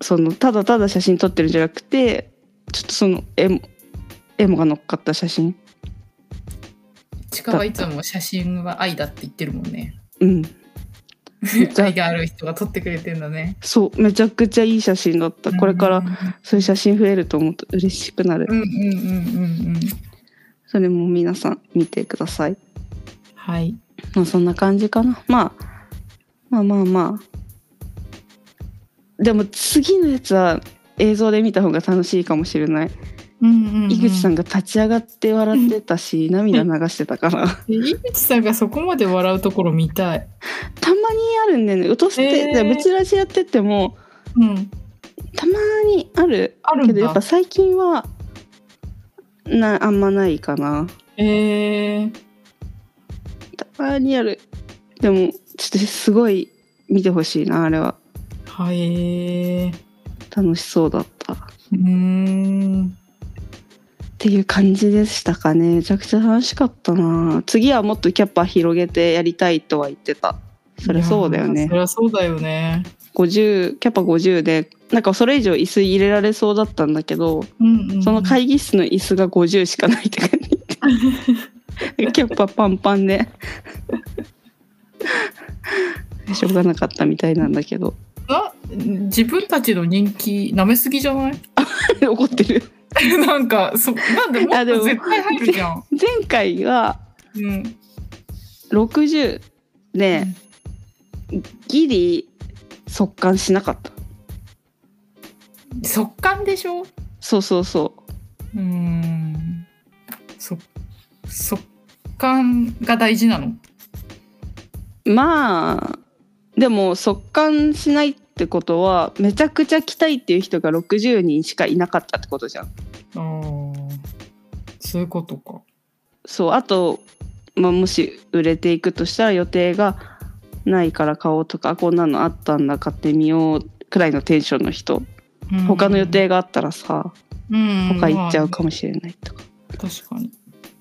S1: そのただただ写真撮ってるんじゃなくてちょっとそのエモエモが乗っかった写真
S2: ちかはいつも写真は愛だって言ってるもんね
S1: うんちゃ
S2: 愛がある人が撮ってくれてんだね
S1: そうめちゃくちゃいい写真だったこれからそういう写真増えると思うと嬉しくなる
S2: うんうんうんうんうん
S1: それも皆さん見てください
S2: はい
S1: まあそんな感じかな、まあ、まあまあまあでも次のやつは映像で見た方が楽しいかもしれない、
S3: うんうんうん
S1: 井口さんが立ち上がって笑ってたし、 涙流してたから
S2: で井口さんがそこまで笑うところ見たい
S1: たまにあるんだよね落として、
S2: へー
S1: ぶちラジやってても
S3: うん
S1: たまにある
S2: ある
S1: け
S2: ん
S1: どやっぱ
S2: だ
S1: 最近はなあんまないかな
S2: ええ
S1: たまにあるでもちょっとすごい見てほしいなあれは
S2: はいえ
S1: 楽しそうだった
S2: うーん
S1: っていう感じでしたかねめちゃくちゃ楽しかったな次はもっとキャパ広げてやりたいとは言ってたそりゃそうだよ
S2: いやー
S1: ね
S2: そりゃそうだよね
S1: 50キャパ50でなんかそれ以上椅子入れられそうだったんだけど
S3: うんうん
S1: その会議室の椅子が50しかないって感 じキャパパンパンでしょうがなかったみたいなんだけど
S2: な自分たちの人気舐めすぎじゃない
S1: 怒ってる
S2: なんかそなんでも
S1: あ
S2: っ
S1: でも
S2: と絶対入るじゃん、
S1: 前回が
S2: うん、
S1: 60で、ギリ速乾しなかった
S2: 速乾でしょう
S1: そうそうそう
S2: ーん速感が大事なの
S1: まあでも速乾しないってことはめちゃくちゃ着たいっていう人が60人しかいなかったってことじゃん。
S2: ああそういうことか。
S1: そうあと、まあ、もし売れていくとしたら予定がないから買おうとかこんなのあったんだ買ってみようくらいのテンションの人
S2: うん
S1: 他の予、定があったらさ、
S2: うん、
S1: 他行っちゃうか
S2: も。
S1: もしれないとか。
S2: 確かに。
S1: っ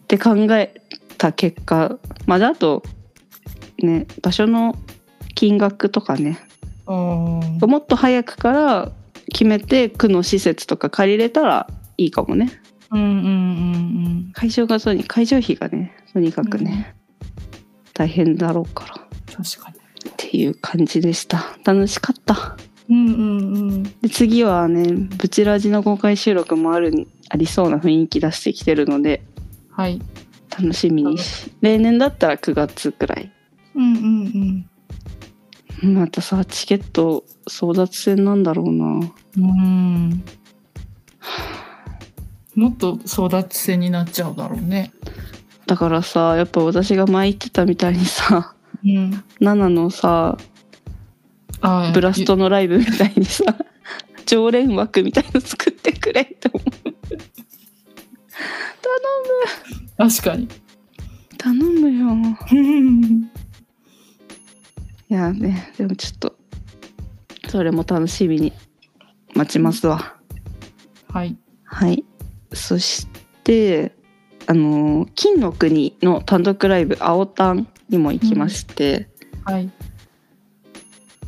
S1: て考えた結果まあであとね場所の金額とかね
S2: あー
S1: もっと早くから決めて区の施設とか借りれたらいいかもね
S2: うんうんうん
S1: 会場がとに会場費がねとにかくね、大変だろうから
S2: うん。確かに。
S1: っていう感じでした楽しかった
S3: うんうんうん。
S1: で次はねブチラジの公開収録もあるありそうな雰囲気出してきてるので
S2: はい。
S1: 楽しみにし例年だったら9月くらい
S3: うんうん
S1: またさチケット争奪戦なんだろうな
S2: うん。もっと争奪戦になっちゃうだろうね。
S1: だからさやっぱ私が前言ってたみたいにさ
S2: うん。
S1: ナナのさ
S2: あー
S1: ブラストのライブみたいにさ常連枠みたいの作ってくれって思う
S2: 確 かに。
S1: 頼むよ
S2: うん
S1: いやねでもちょっとそれも楽しみに待ちますわ
S2: はい。
S1: はいそしてあのー金の国の単独ライブ「青タン」にも行きまして、
S2: はい。
S1: い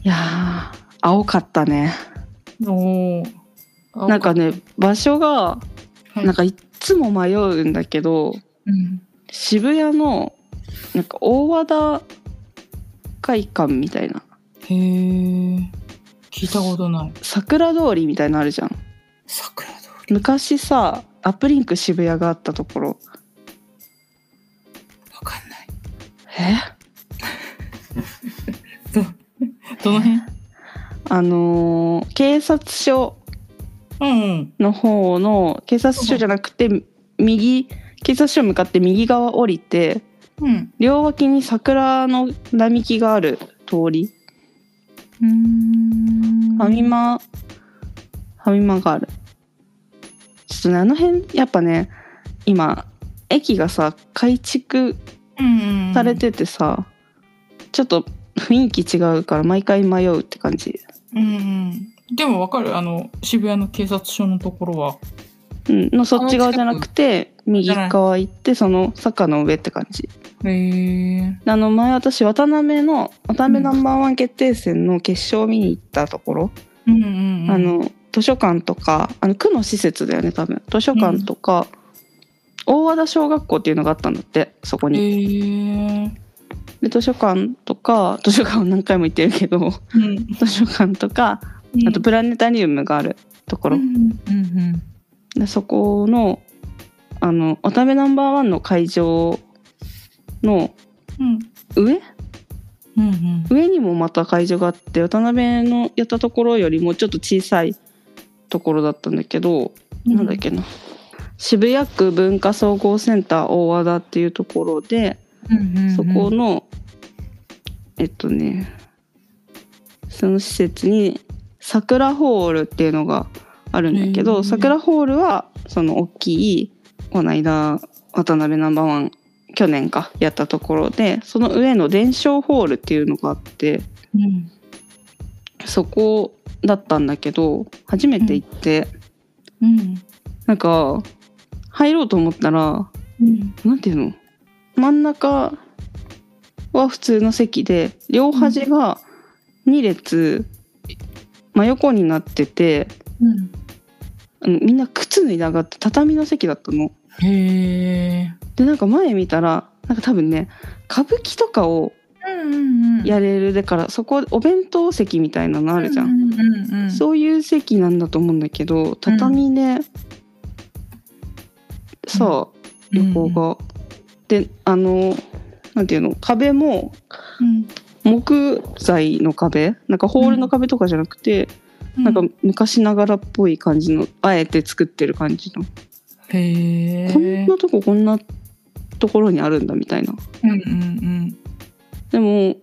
S1: やー青かったね
S2: おお。
S1: なんかね場所が
S2: はい
S1: なんかいっつも迷うんだけど、
S2: うん。
S1: 渋谷のなんか大和田会館みたいな
S2: へえ。聞いたことない。
S1: 桜通りみたいなのあるじゃん
S2: 桜通り。
S1: 昔さアップリンク渋谷があったところ
S2: わかんない。
S1: え
S2: どの辺？
S1: あのー警察署
S2: うんうん。
S1: の方の警察署じゃなくて右警察署向かって右側降りて
S2: うん。
S1: 両脇に桜の並木がある通り
S2: うーん
S1: ファミマ、ファミマがある。ちょっとね、あの辺、やっぱね、今、駅がさ、改築
S2: うんうん
S1: され。ててさ、ちょっと雰囲気違うから、毎回迷うって感じ。
S2: うんうん。でもわかる。あの渋谷の警察署のところは。
S1: うん、のそっち側じゃなくて、右側行って、その坂の上って感じ。
S2: へえ。
S1: あの、前私、渡辺の、渡辺ナンバーワン決定戦の決勝見に行ったところ、
S2: うんうんうん。
S1: あ。の、図書館とか、あの、区の施設だよね、多分。図書館とか、大和田小学校っていうのがあったんだって、そこ
S2: へ
S1: に。
S2: え。
S1: で図書館とか図書館を何回も行ってるけど
S2: うん。
S1: 図書館とかあとプラネタリウムがあるとこ
S2: う
S1: ろ、
S2: んうんうん。
S1: でそこのあの渡辺ナンバーワンの会場の
S3: うん。
S1: 上
S2: うんうん。
S1: 上にもまた会場があって渡辺のやったところよりもちょっと小さいところだったんだけど、
S3: うん
S1: なんだっけな渋谷区文化総合センター大和田っていうところで、
S2: うんうんうん
S1: そこのえっとねその施設に桜ホールっていうのがあるんだけ
S2: へ
S1: ど
S2: ー
S1: 桜ホールはその大きいこの間渡辺ナンバーワン去年かやったところでその上の伝承ホールっていうのがあって
S2: うん。
S1: そこだったんだけど初めて行って、
S3: うん
S1: なんか入ろうと思ったら
S3: うん。
S1: なんていうの真ん中は普通の席で両端が2列真横になってて、
S2: うん。
S1: あのみんな靴脱いだがって畳の席だったの。
S2: へえ。
S1: でなんか前見たらなんか多分ね歌舞伎とかを
S2: うんうんうん。
S1: やれるだからそこお弁当席みたいなのあるじゃん。
S2: うんうんうんうん。
S1: そういう席なんだと思うんだけど畳で、さあ横が、であのなんていうの壁も
S3: うん。
S1: 木材の壁なんかホールの壁とかじゃなくて、なんか昔ながらっぽい感じのあえて作ってる感じの、
S2: へえ。
S1: こんなとここんなところにあるんだみたいな
S2: うんうん
S1: でも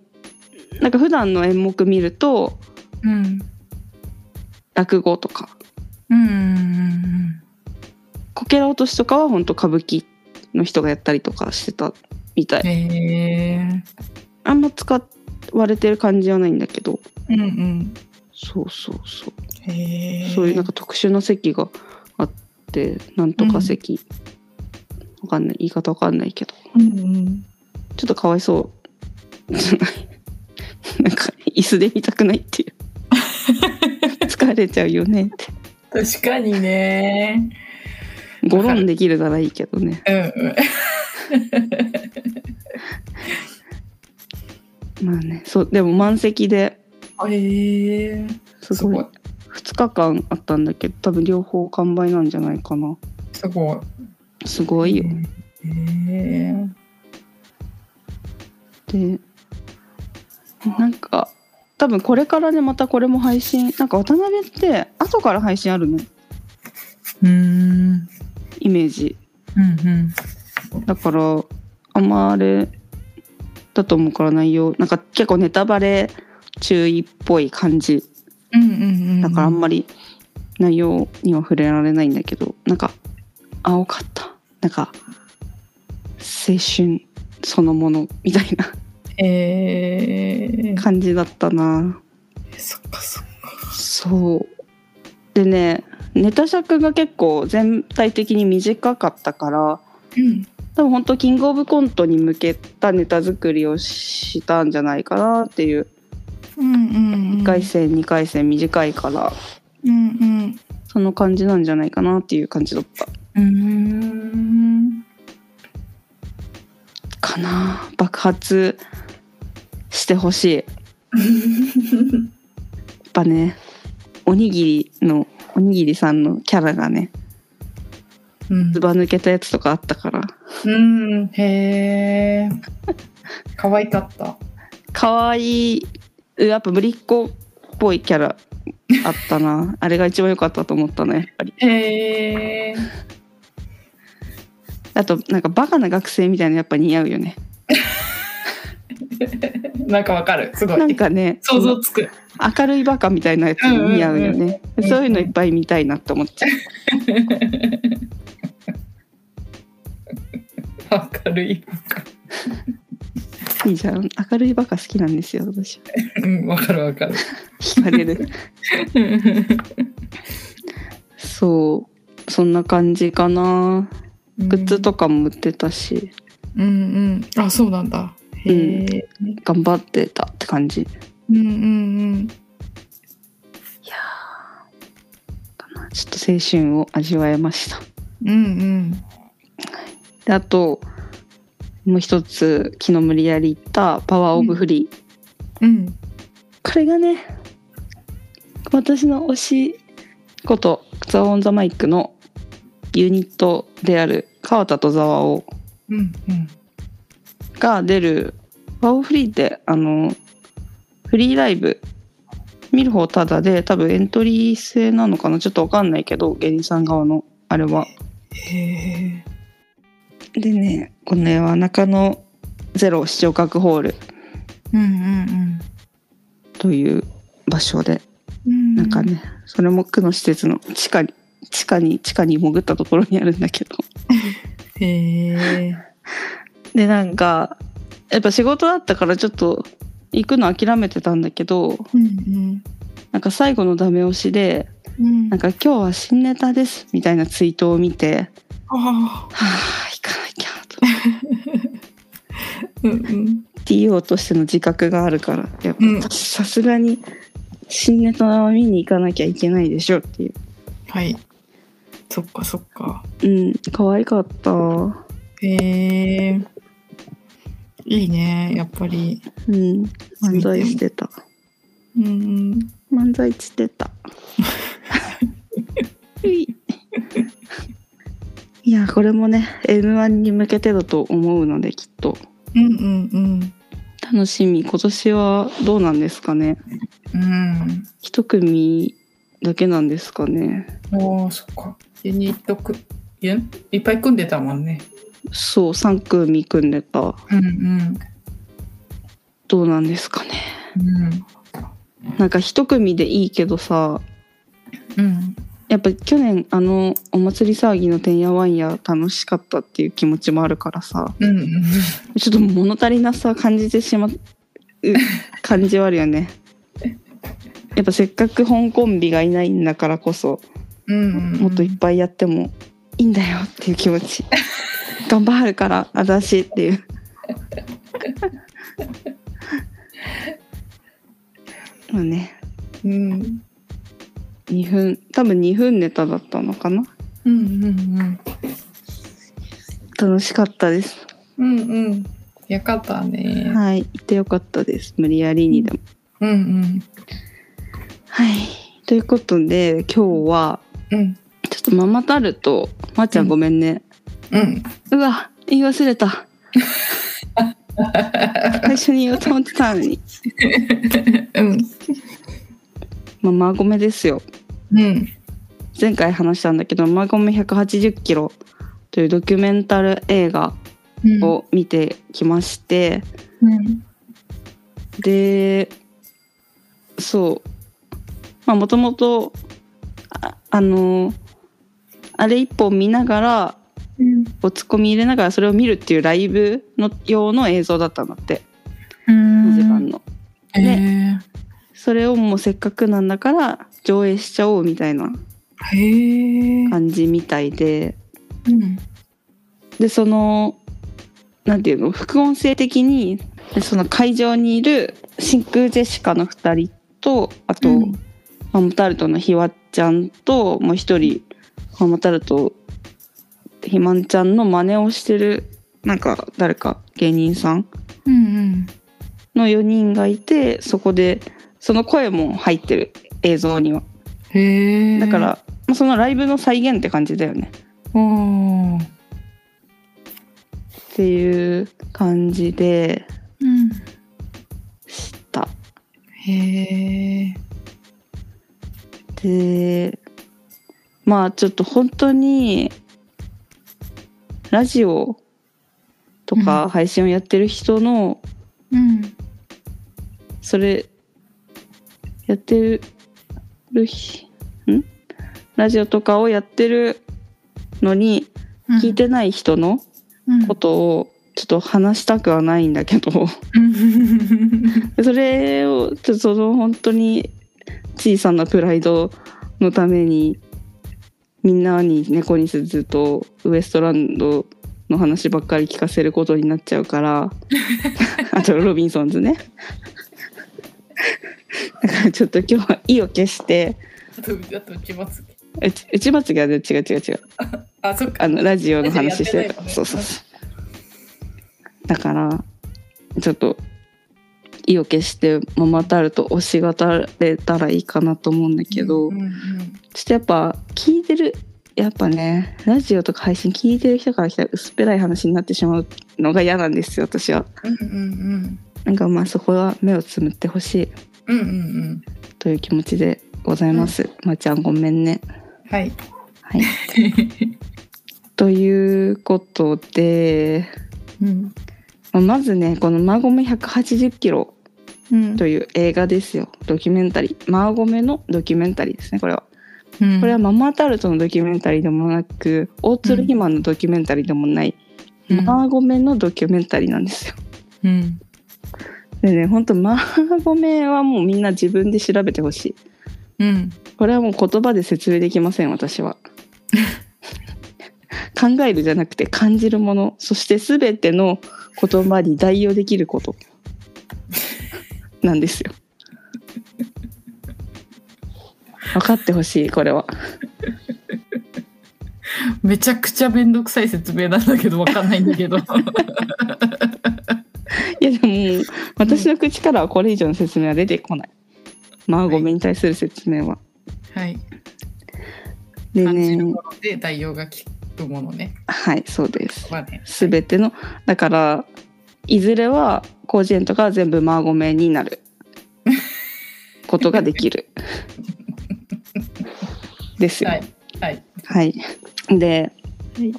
S1: なんか普段の演目見ると
S2: うんうん
S1: 落語とか
S2: うんうん
S1: こけら落としとかは本当歌舞伎の人がやったりとかしてたみた
S2: うん
S1: い
S2: へえ
S1: あんま使われてる感じはないんだけど
S2: うんうん
S1: そうそうそう
S2: へえ
S1: そういうなんか特殊な席があってなんとか席、わかんない言い方わかんないけど
S3: うんうん
S1: ちょっとかわいそう じゃないなんか椅子で見たくないっていう疲れちゃうよねって
S2: 確かにね
S1: ゴロンできるならいいけどね
S2: うんうん
S1: まあねそうでも満席で
S2: へえ
S1: す
S2: す
S1: ご
S2: ご
S1: い
S2: い
S1: 2日間あったんだけど多分両方完売なんじゃないかな
S2: すごい
S1: すごいよ
S2: へえ
S1: でなんか多分これからねまたこれも配信なんか渡辺って後から配信あるの
S2: うんうん
S1: イメージ
S2: うん
S1: だからあんまあれだと思うから内容なんか結構ネタバレ注意っぽい感じ
S2: うんうんうん
S1: だからあんまり内容には触れられないんだけどなんか青かったなんか青春そのものみたいな
S2: えー、
S1: 感じだったな
S2: そっかそっか。
S1: そうでねネタ尺が結構全体的に短かったから
S2: うん。
S1: 多分本当キングオブコントに向けたネタ作りをしたんじゃないかなっていう
S3: うんうん
S1: 1回戦2回戦短いから
S3: うんうん
S1: その感じなんじゃないかなっていう感じだった
S2: うーん。
S1: かな爆発してほしいやっぱねおにぎりのおにぎりさんのキャラがね
S2: うん
S1: ずば抜けたやつとかあったから
S2: うん。へえ。可愛かった。
S1: 可愛いやっぱぶりっ子っぽいキャラあった なあれが一番良かったと思ったなやっぱり
S2: へえ。
S1: あとなんかバカな学生みたいなのやっぱ似合うよね
S2: なんかわかる。すご
S1: なん
S2: い。
S1: かね
S2: 想像つく。
S1: 明るいバカみたいなやつ似合うよね、
S2: うんうん
S1: そういうのいっぱい見たいなって思っちゃう
S2: 明るい。
S1: いいじゃん明るいバカ好きなんですよ私
S2: うん、わかる わかる。
S1: 惹かれ るそうそんな感じかなグッズとかも売ってたし、
S3: うんうんあそうなんだ
S2: へえ。
S1: 頑張ってたって感じ
S3: うんうん
S1: かなちょっと青春を味わえました
S3: うんうんうん
S1: であともう一つ昨日無理やり行ったパワーオブフリー、
S3: うん
S1: これがね私の推しことザワオンザマイクのユニットである川田とザワオ
S2: うんうん。
S1: が出るパワーオブフリーってあのフリーライブ見る方ただで多分エントリー制なのかなちょっとわかんないけど芸人さん側のあれは
S2: へえ。
S1: でねこれは中野ゼロ視聴覚ホール
S2: うんうん
S1: という場所で
S3: うん
S1: なんかねそれも区の施設の地下に地下に地下に潜ったところにあるんだけど
S2: うん。へえ。
S1: でなんかやっぱ仕事だったからちょっと行くの諦めてたんだけど
S3: うんうん
S1: なんか最後のダメ押しで
S3: うん
S1: なんか今日は新ネタですみたいなツイートを見て
S3: ああ
S1: はあ行かなきゃ
S3: う
S1: と
S3: んうん
S1: って言おうとしての自覚があるからやっぱ
S2: うん
S1: さすがに新ネタは見に行かなきゃいけないでしょっていう
S2: はい。そっかそっか。
S1: うん可愛かったう
S2: へえ。いいね、やっぱり。
S1: ん漫才してた
S3: うん
S1: 漫才してたういいやこれもね m 1に向けてだと思うのできっと
S3: うんうんうん
S1: 楽しみ今年はどうなんですかね
S2: うん。
S1: 一組だけなんですかね
S2: ああ、そっか。ユニットく、ユンいっぱい組んでたもんね。
S1: そう3組組んでた
S2: うん
S1: どうなんですかね
S2: うんうん
S1: なんか一組でいいけどさ
S2: うん
S1: やっぱ去年あのお祭り騒ぎのてんやわんや楽しかったっていう気持ちもあるからさ
S2: うんうん
S1: ちょっと物足りなさ感じてしまう感じはあるよねやっぱせっかく本コンビがいないんだからこそ
S2: うんうん
S1: もっといっぱいやってもいいんだよっていう気持 ち頑張るから私っていうまあね
S3: うん
S1: 2分多分2分ネタだったのかな
S2: うんうん
S1: 楽しかったです
S2: うんうんうんよかったね
S1: はい行ってよかったです無理やりにでも、
S2: うん
S1: はいということで今日は
S2: うんうん
S1: ちょっとママタルトまーちゃんごめんね、
S2: うん
S1: うわ言い忘れた最初に言おうと思ってたのに
S2: うん
S1: まあマーゴメですよ
S2: うん
S1: 前回話したんだけど「マーゴメ180キロ」というドキュメンタル映画
S2: うん
S1: を見てきまして、
S2: うん
S1: でそうまあもともとああのあれ一本見ながら
S2: うん
S1: こうツッコミ入れながらそれを見るっていうライブの用の映像だったんだって2時間の。
S2: えー
S1: それをもうせっかくなんだから上映しちゃおうみたいな
S2: へえ
S1: 感じみたいで。
S2: うん
S1: でそのなんていうの副音声的にでその会場にいる真空ジェシカの2人とあと、
S2: うん
S1: マモタルトのひわちゃんともう一人マモタルトひまんちゃんの真似をしてるなんか誰か芸人さん
S2: うん
S1: の4人がいてそこでその声も入ってる映像には
S2: うんへえ
S1: だから、まあそのライブの再現って感じだよね
S2: おー
S1: っていう感じで
S2: うん
S1: した
S2: へえ
S1: でまあちょっと本当にラジオと
S2: う
S1: か
S2: ん
S1: 配信をやってる人の、
S2: うん
S1: それやってるひんラジオとかをやってるのに聞いてない人のことをちょっと話したくはないんだけど
S2: うん
S1: それをちょっとその本当に小さなプライドのためにみんなに猫にすずとウエストランドの話ばっかり聞かせることになっちゃうからあとロビンソンズねだからちょっと今日は意を決して
S2: あとあと内まつげ
S1: うちうちまつげはね違う違う違う
S2: あそっか
S1: あのラジオの話してるから、
S2: ラジオ
S1: そ
S2: やってないもんね
S1: うそうそうだからちょっと意を決してママタルト推しがたれたらいいかなと思うんだけど、
S2: うんうん
S1: ちょっとやっぱ聞いてるやっぱねラジオとか配信聞いてる人からしたら薄っぺらい話になってしまうのが嫌なんですよ私は
S2: うんうん
S1: なんかまあそこは目をつむってほしい
S2: うんうんうん
S1: という気持ちでございます、まーちゃんごめんね
S2: はい
S1: はいということで
S3: うん
S1: まあまずねこの「マーゴメ180キロ
S3: うん」
S1: という映画ですよドキュメンタリーマーゴメのドキュメンタリーですねこれは
S2: うん
S1: これはママタルトのドキュメンタリーでもなく大鶴ひまのドキュメンタリーでもない、
S2: うん
S1: マーゴメのドキュメンタリーなんですよ
S2: うん
S1: でねほんとマーゴメはもうみんな自分で調べてほしい
S2: うん
S1: これはもう言葉で説明できません私は 考えるじゃなくて感じるものそして全ての言葉に代用できることなんですよ分かってほしいこれは
S2: めちゃくちゃ面倒くさい説明なんだけどわかんないんだ けど
S1: いやでももう私の口からはこれ以上の説明は出てこないマーゴメに対する説明は、
S2: はい
S1: で
S2: 感じる
S1: ね
S2: もので代用が効くものね
S1: はいそうです
S2: はね
S1: すべてのだからいずれは広辞苑とかは全部マーゴメになることができるですよ
S2: はいはい
S1: はい、で、
S3: はい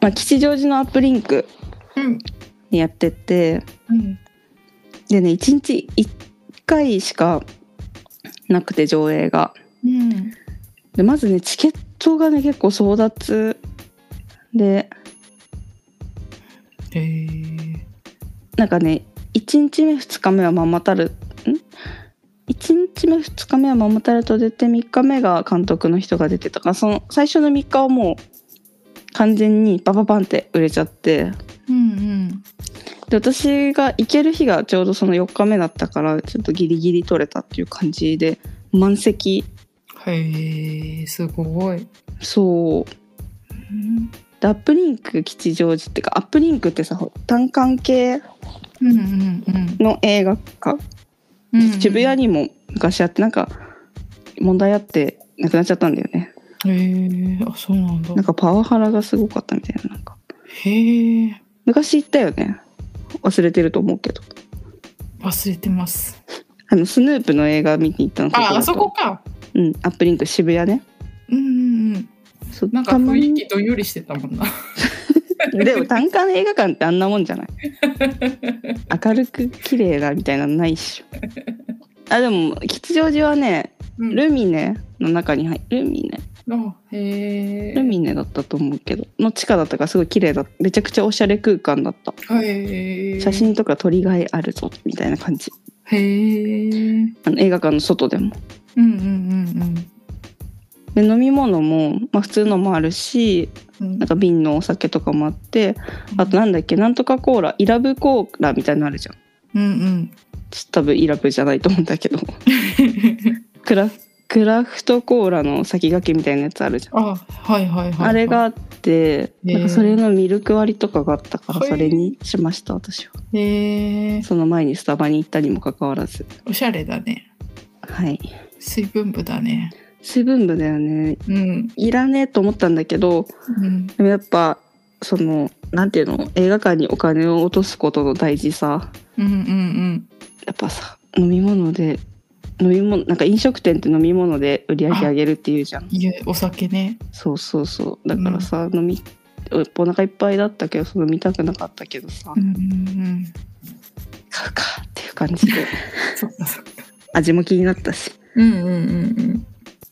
S1: まあ、吉祥寺のアップリンク
S2: うん。
S1: でやってて
S2: うん。
S1: でね1日1回しかなくて上映が
S3: うん
S1: でまずねチケットがね結構争奪で
S2: へえ。
S1: なんかね1日目2日目はママタルん1日目2日目はママタルと出て3日目が監督の人が出てたからその最初の3日はもう完全にバババンって売れちゃって
S3: うん
S1: で私が行ける日がちょうどその4日目だったからちょっとギリギリ取れたっていう感じで満席
S2: へえ、すごい。
S1: そう
S2: うん。
S1: でアップリンク吉祥寺ってかアップリンクってさ単館系
S2: うんうんうん
S1: の映画か
S2: うん。
S1: 渋谷にも昔あってなんか問題あってなくなっちゃったんだよね
S2: に。へえ、あ、そうなんだ。
S1: なんかパワハラがすごかったみたいななんか
S2: へえ、
S1: 昔行ったよね忘れてると思うけど
S2: 忘れてます。
S1: あのスヌープの映画見に行ったの
S2: あ、あ
S1: そ
S2: そ
S1: こ
S2: こか。
S1: うんアップリンク渋谷ね
S2: うんうんうん。
S1: そう
S2: なんか
S1: たま
S2: 雰囲
S1: に
S2: 気どんよりしてたもんな。
S1: でも単館映画館ってあんなもんじゃ ない明るく綺麗だみたいなのないっしょあでも吉祥寺はね
S2: うん
S1: ルミネの中に入ルミネ
S2: あへえ。
S1: ルミネだったと思うけどの地下だったからすごい綺麗だっためちゃくちゃおしゃれ空間だった
S2: へえ。
S1: 写。真とか撮りがいあるぞみたいな感じ
S2: へえ。
S1: あの映画館の外でも
S2: うんうん
S1: で飲み物も、まあ、普通のもあるし
S2: うんうん。
S1: なんか瓶のお酒とかもあってあと
S2: な。
S1: なんだっけなんとかコーライラブコーラみたいなのあるじゃん
S2: うんうん。
S1: ちょっと多分イラブじゃないと思うんだけど クラクラフトコーラの先駆けみたいなやつあるじゃん
S2: あ、はいはいはい。
S1: あれがあ。って
S2: へー
S1: なんかそれのミルク割りとかがあったから
S2: はい
S1: それにしました私は
S2: へえ。
S1: その前にスタバに行ったにもかかわらず
S2: おしゃれだね。
S1: はい
S2: 水分部だね。
S1: 水分部だよね
S2: うん。
S1: いらねえと思ったんだけど
S2: うん。
S1: でもやっぱそのなんていうの映画館にお金を落とすことの大事さ
S2: うんうん
S1: やっぱさ飲み物で飲み物なんか飲食店って飲み物で売り上げ上げるっていうじゃん
S2: うん。いや、お酒ね。
S1: そうそうそうだからさ、飲みお腹いっぱいだったけどその飲みたくなかったけどさ、
S2: うんうん
S1: 買うかっていう感じで
S2: うん。そっかそっか。
S1: 味も気になったし
S2: うんうんうんうん。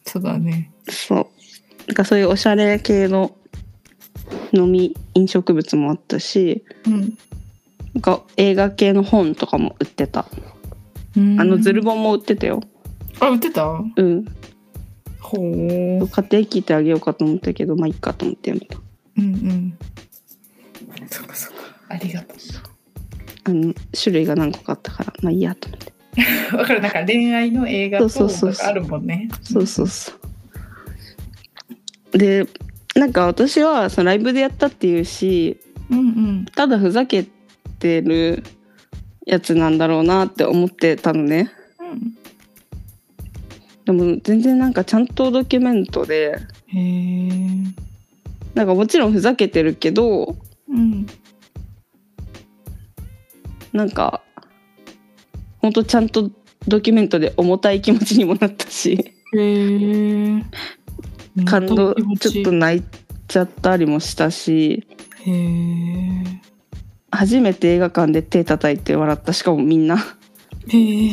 S2: そうだね。
S1: そうなんかそういうおしゃれ系の飲み飲食物もあったし
S2: うん。
S1: なんか映画系の本とかも売ってた
S2: うん
S1: あのズル。ボンも売ってたよ
S2: あ、売ってた
S1: うん
S2: ほう。うん
S1: 家庭聞いてあげようかと思ったけどまあいいかと思ってやめた
S2: うん。そっかそっか。ありがと
S1: あの種類が何個かあったからまあいいやと思って
S2: う。わかる、なんか恋愛の映画と
S1: そうそうそうそう
S2: なんかあるもんね。
S1: そうそうそうでなんか私はそのライブでやったっていうし
S2: うんうん。
S1: ただふざけてるやつなんだろうなって思ってたのね
S2: うん。
S1: でも全然なんかちゃんとドキュメントで
S2: へえ。
S1: なんかもちろんふざけてるけど
S2: うん。
S1: なんかほんとちゃんとドキュメントで重たい気持ちにもなったし
S2: へえ。
S1: 感動
S2: 気持
S1: ちょ
S2: ちい
S1: っ
S2: い
S1: と泣いちゃったりもしたし
S2: へえ。
S1: 初めて映画館で手叩いて笑ったしかもみ んな
S2: へえ。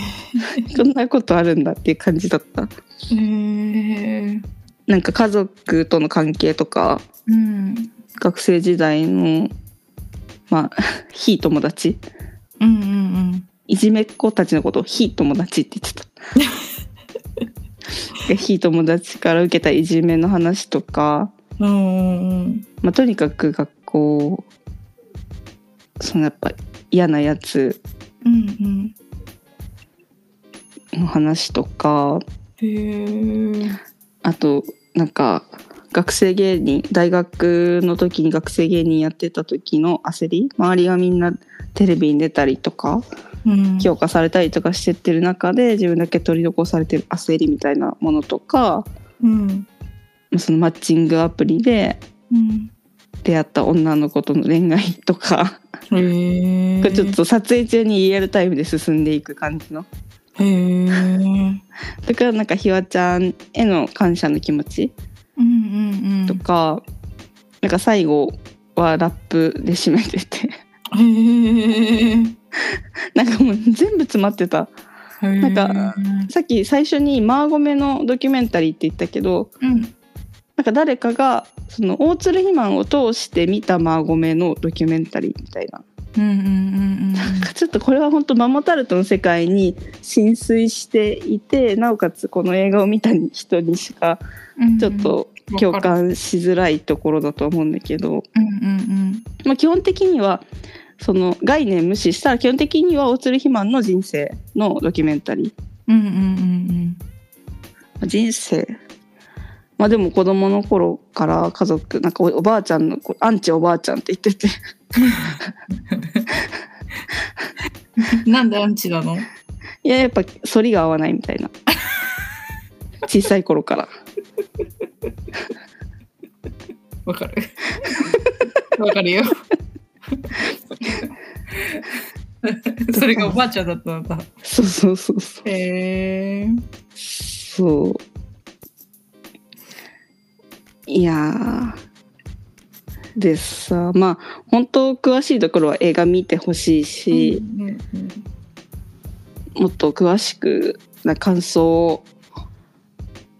S1: こんなことあるんだっていう感じだった
S2: へえ。
S1: なんか家族との関係とか
S2: うん。
S1: 学生時代のまあ 非友達
S2: うんうん
S1: いじめっ子たちのことを非友達って言って た非友達から受けたいじめの話とか、
S2: うん。うんうん
S1: まあ、とにかく学校そのやっぱ嫌なやつ
S2: うん。
S1: の話とか
S2: へえ。
S1: あとなんか学生芸人大学の時に学生芸人やってた時の焦り周りがみんなテレビに出たりとか
S2: うん。
S1: 評価されたりとかしてってる中で自分だけ取り残されてる焦りみたいなものとか
S2: うん。
S1: そのマッチングアプリで
S2: うん。
S1: 出会った女の子との恋愛とか、
S2: へえ。
S1: ちょっと撮影中にリアルタイムで進んでいく感じの
S2: へえ。うん
S1: だからなんかひわちゃんへの感謝の気持ち
S2: うんうん。
S1: とか、なんか最後はラップで締めてて
S2: へえ。
S1: なんかもう全部詰まってた
S2: なん
S1: か、さっき最初にマーゴメのドキュメンタリーって言ったけど
S2: うん。
S1: なんか誰かがその大鶴肥満を通して見たマーゴメのドキュメンタリーみたいな
S2: うんうんうんうん。
S1: なんかちょっとこれは本当ママタルトの世界に浸水していてなおかつこの映画を見た人にしかちょっと共感しづらいところだとは思うんだけど、
S2: うんうん
S1: まあ、基本的にはその概念無視したら基本的には大鶴肥満の人生のドキュメンタリー
S2: うん。うんうんうん
S1: まあ人生まあでも子供の頃から家族なんかおおばあちゃんのこうアンチおばあちゃんって言ってて
S2: うん。なんでアンチなの
S1: いややっぱ反りが合わないみたいな小さい頃から
S2: わかる。わかるよ。それがおばあちゃんだったんだ。
S1: そうそうそうそう
S2: へえ。
S1: そう。いやー。でさ、まあ、本当詳しいところは映画見てほしいし、
S2: うんうん
S1: もっと詳しくな感想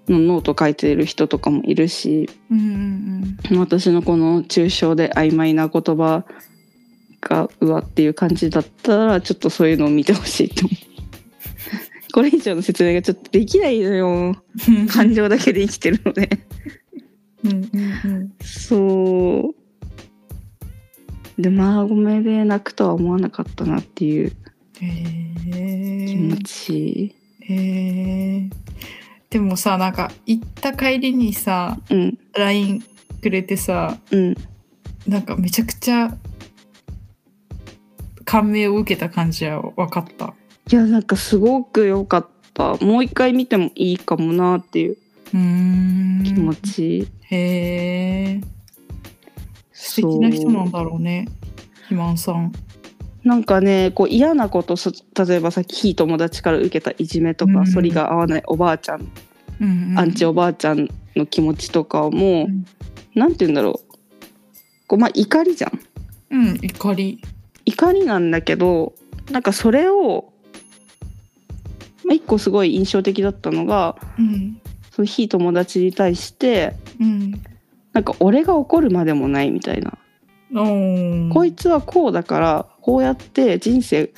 S1: のノート書いてる人とかもいるし、
S2: うんうん
S1: 私のこの抽象で曖昧な言葉がうわっていう感じだったら、ちょっとそういうのを見てほしいと思う。 これ以上の説明がちょっとできないのよ。
S2: うん。
S1: 感情だけで生きてるので。
S2: うんうんうん。
S1: そう。で、マーゴメで泣くとは思わなかったなっていう気
S2: へ
S1: 持
S2: え。
S1: ち。
S2: へえ。でもさ、なんか行った帰りにさ、
S1: うん、
S2: LINE くれてさ、
S1: うん。
S2: なんかめちゃくちゃ感銘を受けた感じは分かった。
S1: いや、なんかすごく良かった。もう一回見てもいいかもなっていう
S2: うーん。
S1: 気持ち。
S2: へえ。素
S1: そう
S2: 敵な人なんだろうね。肥満さん。
S1: なんかね、こう嫌なこと、そ例えばさっきひい友達から受けたいじめと
S2: う
S1: か、
S2: ん
S1: 反りが合わないおばあちゃん、
S2: うんうん、
S1: アンチおばあちゃんの気持ちとかも、
S2: うん
S1: なんて言うんだろう。こう、まあ怒りじゃん。
S2: うん、怒り。
S1: 怒りなんだけどなんかそれをまあ一個すごい印象的だったのが
S2: うん。
S1: その非友達に対して
S2: うん。
S1: なんか俺が怒るまでもないみたいな、
S2: おー
S1: こいつはこうだからこうやって人生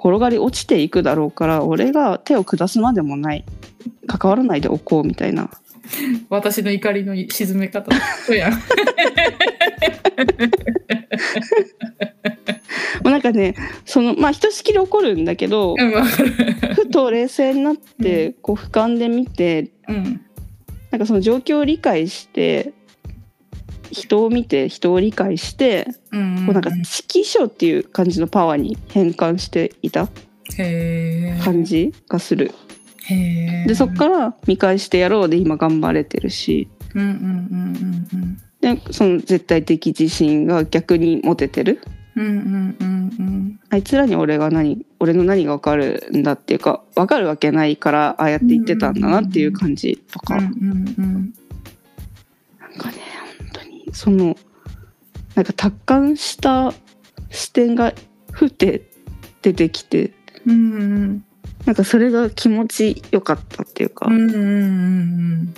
S1: 転がり落ちていくだろうから俺が手を下すまでもない関わらないでおこうみたいな
S2: 私の怒りの沈め方。そうやん。
S1: もうなんかねそのまあひとしきり怒るんだけど
S2: うんわかる
S1: ふと冷静になってこう俯瞰で見て
S2: うん。
S1: なんかその状況を理解して人を見て人を理解して、
S2: うん。
S1: こうなんか指揮所っていう感じのパワーに変換していた
S2: へえ。
S1: 感じがする、
S2: へえ。
S1: でそっから見返してやろうで今頑張れてるし
S2: うんうんうんうん
S1: でその絶対的自信が逆に持ててる
S2: うん。うんうんうんうん。
S1: あいつらに俺が何俺の何が分かるんだっていうか分かるわけないからああやって言ってたんだなっていう感じと
S2: う
S1: か、
S2: んうんうん。
S1: なんかね本当にそのなんか達観した視点がふって出てきて
S2: うんうん
S1: なんかそれが気持ちよかったっていうか、
S2: うんうんうん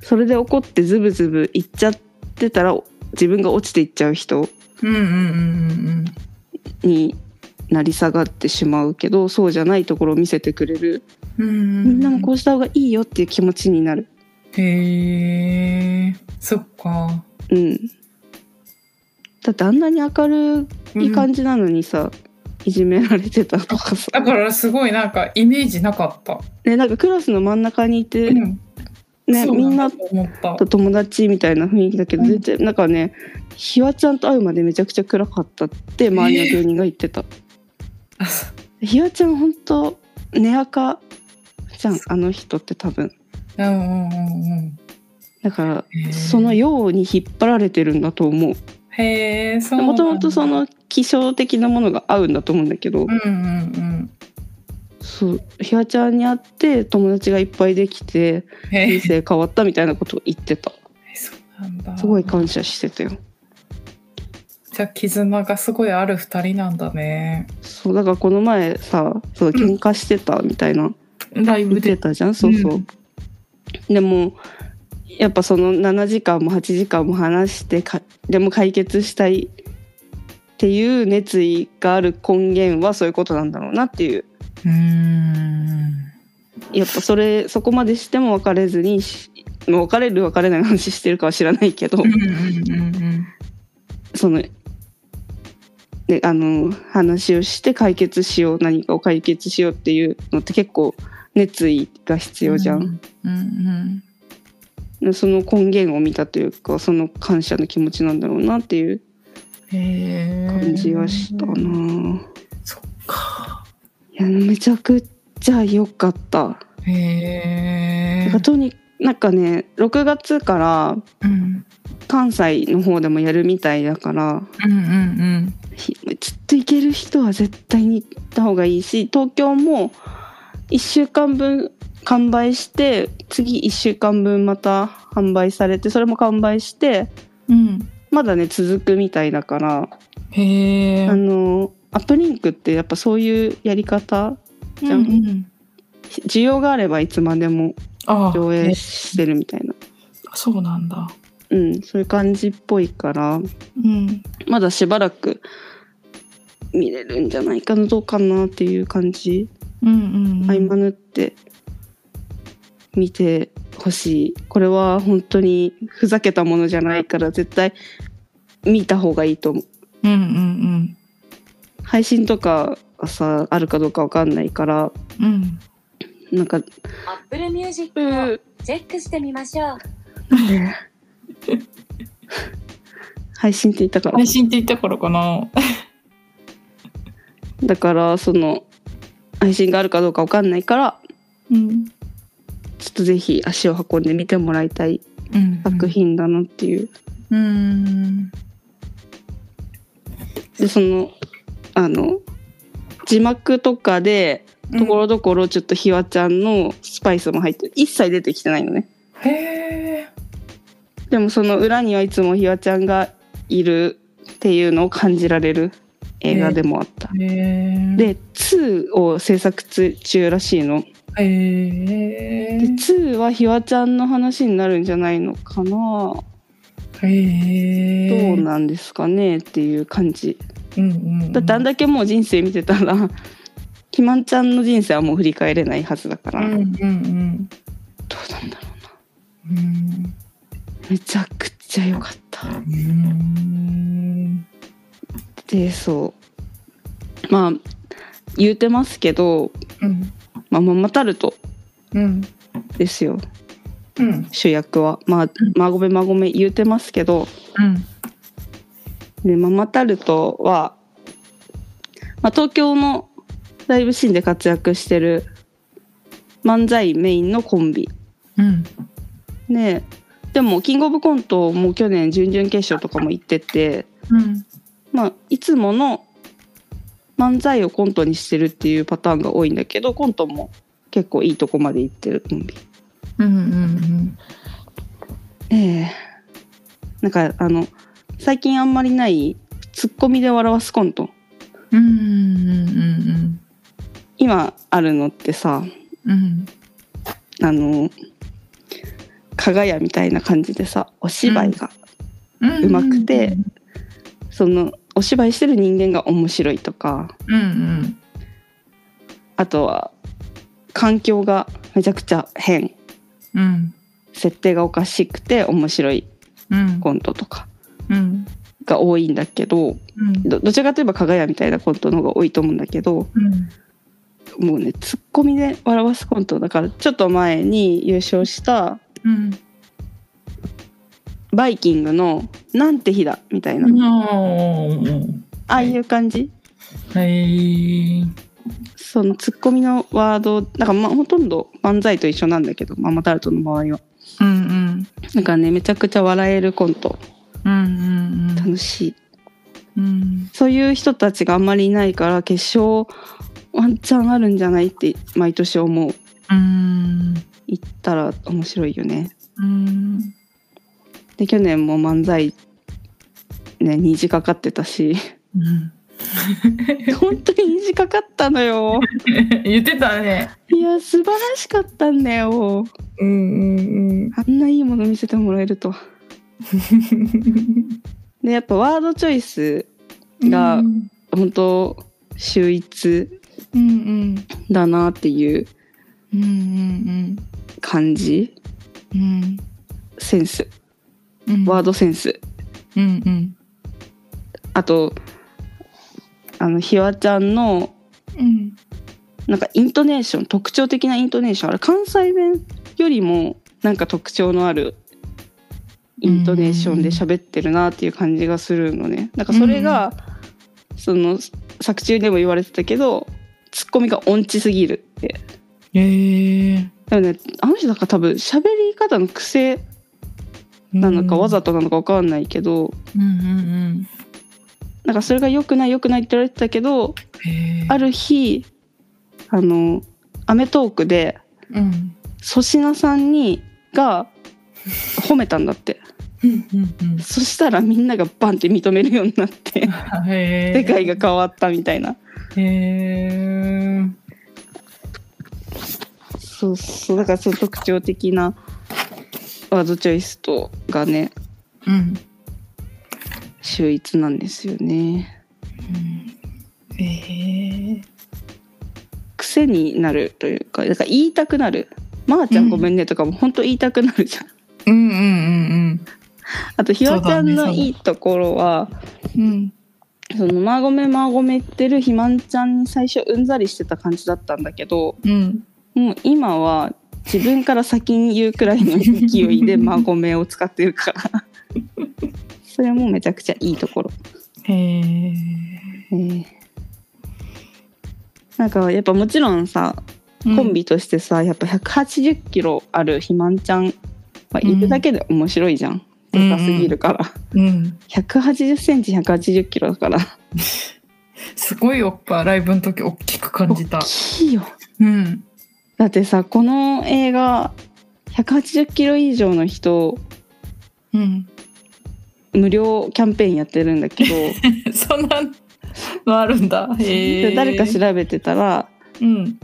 S1: それで怒ってズブズブいっちゃってたら自分が落ちていっちゃう人
S2: うんうんうん
S1: になり下がってしまうけどそうじゃないところを見せてくれる、
S2: うんうん
S1: みんなもこうした方がいいよっていう気持ちになる。
S2: へえそっか
S1: うん、だってあんなに明るい感
S2: じ、
S1: じなのにさ、いじめられてたとかさ
S2: うんだからすごいなんかイメージなかった、
S1: ね、なんかクラスの真ん中にいて、
S2: うん
S1: ね、
S2: そう
S1: みんな
S2: だと思った
S1: と友達みたいな雰囲気だけど、
S2: うん
S1: 全然なんかねひわちゃんと会うまでめちゃくちゃ暗かったって周りの芸人が言ってた、
S2: あそ
S1: ひわちゃんほんと寝垢じゃんあの人って多分
S2: うんうんうんうん
S1: だから
S2: へー
S1: そのように引っ張られてるんだと思う
S2: へえそう
S1: もともとその気象的なものが合うんだと思うんだけど、
S2: うんうん
S1: そうひわちゃんに会って友達がいっぱいできて
S2: うんへ
S1: 人
S2: え
S1: 生変わったみたいなことを言ってた
S2: そうなんだ
S1: すごい感謝してたよ
S2: ちゃ絆がすごいある二人なんだね。
S1: そうだからこの前さそう喧嘩してたみたいな
S2: ライブ
S1: 見て
S2: で。
S1: たじゃんそうそう、
S2: う
S1: でもやっぱその7時間も8時間も話してかでも解決したいっていう熱意がある根源はそういうことなんだろうなっていう
S2: うーん。
S1: やっぱそれそこまでしても別れずにしもう別れる別れない話してるかは知らないけど、
S2: うんうんうん
S1: そのであの話をして解決しよう何かを解決しようっていうのって結構熱意が必
S2: う
S1: 要
S2: ん。
S1: じゃん、。
S2: うんうん。
S1: その根源を見たというかその感謝の気持ちなんだろうなっていう
S2: へえ。
S1: 感じはしたな、
S2: そっか。
S1: いやめちゃくちゃ良かった、
S2: へえ
S1: なんか。とになんかね6月から
S2: うん
S1: 関西の方でもやるみたいだから
S2: うんうん
S1: ひちょっと行ける人は絶対に行った方がいいし東京も1週間分完売して次1週間分また販売されてそれも完売して
S3: うん。
S1: まだね続くみたいだから、
S2: うん。へえ
S1: あ。のアップリンクってやっぱそういうやり方
S3: うん
S1: じゃん需要があればいつまでも
S2: ああ
S1: 上
S2: え
S1: 映してるみたいな、
S2: そうなんだ。
S1: うん、そういう感じっぽいから
S3: うん。
S1: まだしばらく見れるんじゃないかなどうかなっていう感じ。
S3: うん。うん。
S1: 合間縫って見てほしいこれは本当にふざけたものじゃないから絶対見た方がいいと思う
S2: うんうん
S1: 配信とかがさあるかどうかわかんないから
S2: うん。うん。
S1: なんか
S4: アップルミュージッ
S1: う
S4: クをチェックしてみましょう。
S1: 配信って言ったから
S2: 配信って言った頃かな。
S1: だからその配信があるかどうかわかんないから
S3: うん。
S1: ちょっとぜひ足を運んで見てもらいたい
S2: うん
S1: 作。品だなっていう
S2: うん。
S1: でそのあの字幕とかでところどころちょっとひわちゃんのスパイスも入ってる一切出てきてないのね
S2: へえ。
S1: でもその裏にはいつもひわちゃんがいるっていうのを感じられる映画でもあった、
S2: へえ。
S1: で2を制作中らしいの
S2: へえ
S1: で。2はひわちゃんの話になるんじゃないのかなど
S2: へえ。
S1: うなんですかねっていう感じ
S2: うんうん。
S1: だってあんだけもう人生見てたら ひまんちゃんの人生はもう振り返れないはずだか
S2: う
S1: ら、
S2: んう
S1: どうん
S2: うん。
S1: なんだろ
S2: うん
S1: うめちゃくちゃ良かった
S2: うん。
S1: でそうまあ言うてますけど、
S2: うん。
S1: まあ、ママタルト
S2: うん。
S1: ですよ
S2: うん。
S1: 主役はまあまごめまごめ言うてますけど
S2: うん。
S1: でママタルトは、まあ、東京のライブシーンで活躍してる漫才メインのコンビ
S2: うん。
S1: ねでもキングオブコントも去年準々決勝とかも行ってて、
S2: うん。
S1: まあ、いつもの漫才をコントにしてるっていうパターンが多いんだけどコントも結構いいとこまで行ってるコンビ。
S2: うんうん
S1: ええなんかあの最近あんまりないツッコミで笑わすコント
S2: うん。うんうん
S1: 今あるのってさ
S2: うんうん。
S1: あの加賀屋みたいな感じでさお芝居が、
S2: うん。
S1: うまくて。そのお芝居してる人間が面白いとか
S2: うんうん。
S1: あとは環境がめちゃくちゃ変
S2: うん。
S1: 設定がおかしくて面白い
S2: うん。
S1: コントとか
S2: うん。
S1: が多いんだけど
S2: うん。
S1: どどちらかといえば加賀屋みたいなコントの方が多いと思うんだけど、
S2: うん。
S1: もうねツッコミで笑わすコントだからちょっと前に優勝した
S2: うん。
S1: 「バイキング」の「なんて日だ」みたいな、
S2: うん。
S1: ああいう感じ
S2: はい。
S1: そのツッコミのワードなんか、ま、ほとんど漫才と一緒なんだけどママタルトの場合は
S2: うんうん。
S1: なんかねめちゃくちゃ笑えるコント
S2: うん
S1: 楽しい
S2: うんうん。
S1: そういう人たちがあんまりいないから決勝ワンチャンあるんじゃないって毎年思う
S2: うん。
S1: 行ったら面白いよね
S2: うん。
S1: で去年も漫才ね虹かかってたし本当に虹かかったのよ
S2: 言ってたね。
S1: いや素晴らしかったんだよ
S2: うんうん
S1: あんないいもの見せてもらえるとでやっぱワードチョイスが
S3: うん
S1: 本当秀逸
S3: うん
S1: だなっていう
S3: うんうんうん
S1: 感じ
S3: うん
S1: センス
S3: うん
S1: ワードセンス
S3: うんうん
S1: あとあのひわちゃんの
S3: うん
S1: なんかイントネーション特徴的なイントネーションあれ関西弁よりもなんか特徴のあるイントネーションで喋ってるなっていう感じがするのねなんかそれが、その作中でも言われてたけどツッコミが音痴すぎるって
S3: へえ
S1: でもねあの人なんか多分喋り方の癖なのかわざとなのかわかんないけど、
S2: うん。うんうん
S1: なんかそれが良くない良くないって言われてたけど
S2: うん。へー
S1: ある日あの『アメトーーク』で
S2: うん。
S1: 粗品さんにが褒めたんだって
S2: うんうんうん
S1: そしたらみんながバンって認めるようになって
S2: へー
S1: 世界が変わったみたいな
S2: へー
S1: そうそうだからその特徴的なワードチョイスとがね
S2: うん。
S1: 秀逸なんですよね
S2: へえ。
S1: 癖になるというかだから言いたくなる「まー、ちゃんごめんね」とかも本当言いたくなるじゃん、
S2: うんうん
S1: あとひわちゃん
S2: そう
S1: の
S2: だね
S1: いいところは
S3: うん
S1: そのマーゴメマーゴメ言ってるひまんちゃんに最初うんざりしてた感じだったんだけど
S3: うん
S1: もう今は自分から先に言うくらいの勢いでマーゴメを使ってる からそれもめちゃくちゃいいところ、
S2: うん。へ
S1: えーなんかやっぱもちろんさコンビとしてさ、やっぱ180キロあるひまんちゃんはいるだけで面白いじゃん、
S2: うん
S1: でかすぎるから、
S2: え。うん。
S1: 180センチ180キロだから
S2: すごいおっぱいライブの時大きく感じた
S1: 大。きいよ
S2: うん。
S1: だってさこの映画180キロ以上の人
S3: うん
S1: 無料キャンペーンやってるんだけど、
S2: そんなのあるんだ。へ
S1: で
S2: え。
S1: 誰か調べてたら
S2: うん。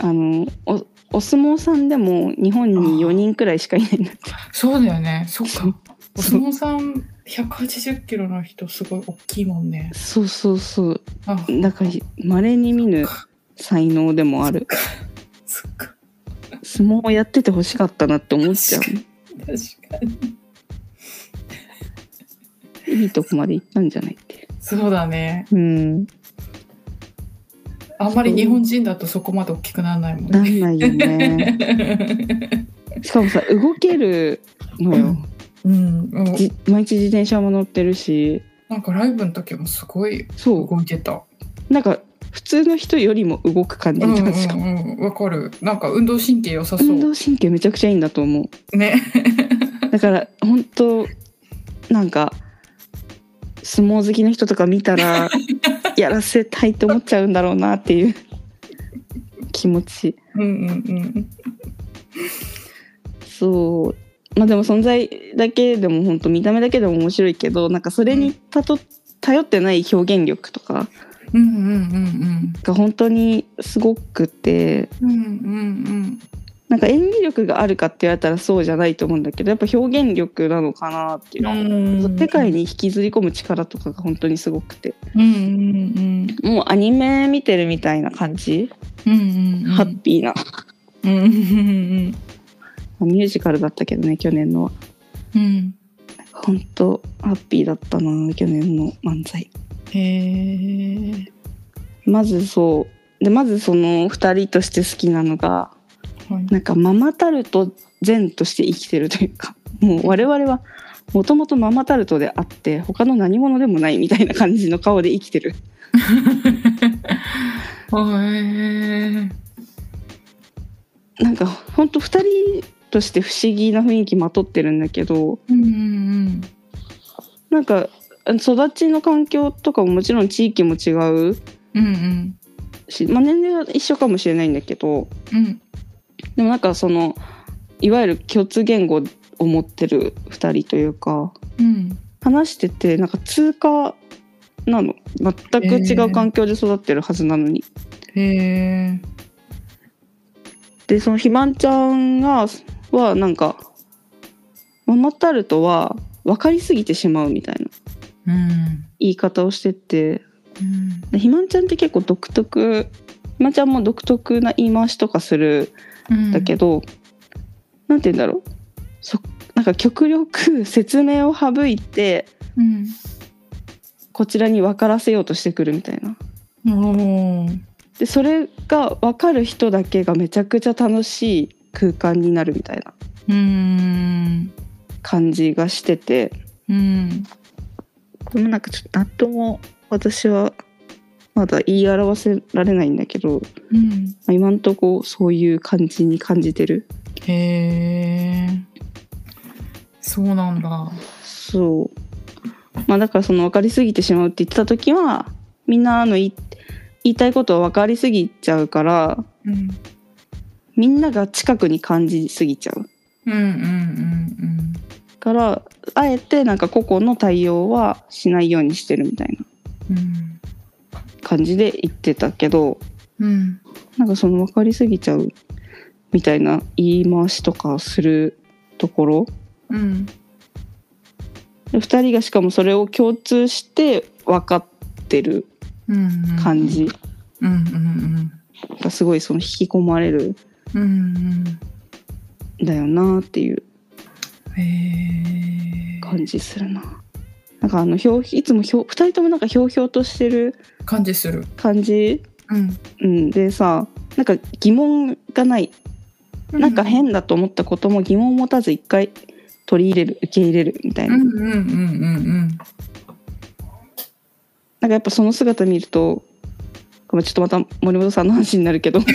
S1: あのおお相撲さんでも日本に4人くらいしかいないんだって
S2: そうだよね。そっ
S1: そう
S2: か。 お相撲さん180キロの人すごい大きいもんね。
S1: そうそうそう
S2: あ、
S1: だからまれに見ぬ才能でもある
S2: そっか。
S1: 相撲をやっててほしかったなって思っちゃ
S2: 確かに。
S1: ういいとこまで行ったんじゃないって
S2: そうだね。
S1: うん
S2: あんまり日本人だとそこまで大きくならないもん
S1: な
S2: ね。
S1: んないよ ねしかもさ動けるのよ
S2: うん。もう
S1: じ毎日自転車も乗ってるし
S2: なんかライブの時もすごい
S1: そ
S2: 動いてた。
S1: うなんか普通の人よりも動く感じ
S2: うんうん
S1: たしかも
S2: うん。わかる。なんか運動神経良さそ
S1: 運
S2: う。
S1: 動神経めちゃくちゃいいんだと思う
S2: ね。
S1: だから本当なんか相撲好きの人とか見たらやらせたいと思っちゃうんだろうなっていう気持ち
S2: うんうん
S1: そうまあでも存在だけでも本当見た目だけでも面白いけどなんかそれにたと頼ってない表現力とか
S2: うん。うんうんうん
S1: が本当にすごくて
S2: うん。うんうん
S1: なんか演技力があるかって言われたらそうじゃないと思うんだけどやっぱ表現力なのかなっていうのは
S2: うん。うん。
S1: 世界に引きずり込む力とかが本当にすごくて
S3: うんうん
S1: もうアニメ見てるみたいな感じ、
S3: うんうんうん
S1: ハッピーな
S3: うんうんうん
S1: ミュージカルだったけどね去年のは
S3: うん
S1: 本当ハッピーだったな去年の漫才
S3: へえ
S1: まずそうでまずその2人として好きなのが
S3: はい
S1: なんかママタルト善として生きてるというかもう我々はもともとママタルトであって他の何者でもないみたいな感じの顔で生きてる
S2: へえ。
S1: なんか本当2人として不思議な雰囲気まとってるんだけど
S3: うんうん
S1: なんか育ちの環境とかももちろん地域も違う
S3: うんうん
S1: し、まあ、年齢は一緒かもしれないんだけど
S3: うん
S1: でもなんかそのいわゆる共通言語を持ってる2人というか
S3: うん
S1: 話しててなんか通過なの全く違う環境で育ってるはずなのに、
S3: へえ。
S1: でそのひまんちゃんがはなんかママタルトは分かりすぎてしまうみたいな
S2: うん。
S1: 言い方をしてて
S3: うん。
S1: でひまんちゃんって結構独特ひまんちゃんも独特な言い回しとかする
S3: うん
S1: だけど、なんて言うんだろうそなんか極力説明を省いて
S3: うん。
S1: こちらに分からせようとしてくるみたいな。
S3: おー
S1: でそれが分かる人だけがめちゃくちゃ楽しい空間になるみたいな
S3: うーん。
S1: 感じがしてて
S3: うん。
S1: これもなんかちょっと何とも私はまだ言い表せられないんだけど、
S3: う
S1: ま
S3: ん。
S1: あ今んとこそういう感じに感じてる
S3: へえ。
S2: そうなんだ。
S1: そうまあだからその分かりすぎてしまうって言ってた時はみんなあのい言いたいことは分かりすぎちゃうから
S3: うん。
S1: みんなが近くに感じすぎちゃう
S2: うんうんうん
S1: からあえてなんか個々の対応はしないようにしてるみたいな
S2: うん。うん。
S1: 感じで言ってたけど
S3: うん。
S1: なんかその分かりすぎちゃうみたいな言い回しとかするところ
S3: うん。
S1: 2人がしかもそれを共通して分かってる
S2: うんうん。
S1: 感。じ
S2: うんうん
S1: がすごいその引き込まれる
S2: うん。うん
S1: んだよなっていう
S2: うん。へえ。
S1: 感じするな。なんかあのひょういつもひょ2人ともなんかひょうひょうとしてる
S2: 感じする。
S1: 感じ、
S2: うん。
S1: うん、でさなんか疑問がないなんか変だと思ったことも疑問を持たず一回取り入れる受け入れるみたい
S2: うん
S1: な,、
S2: うんうんうん
S1: なんかやっぱその姿見るとごめんちょっとまた森本さんの話になる けどやっ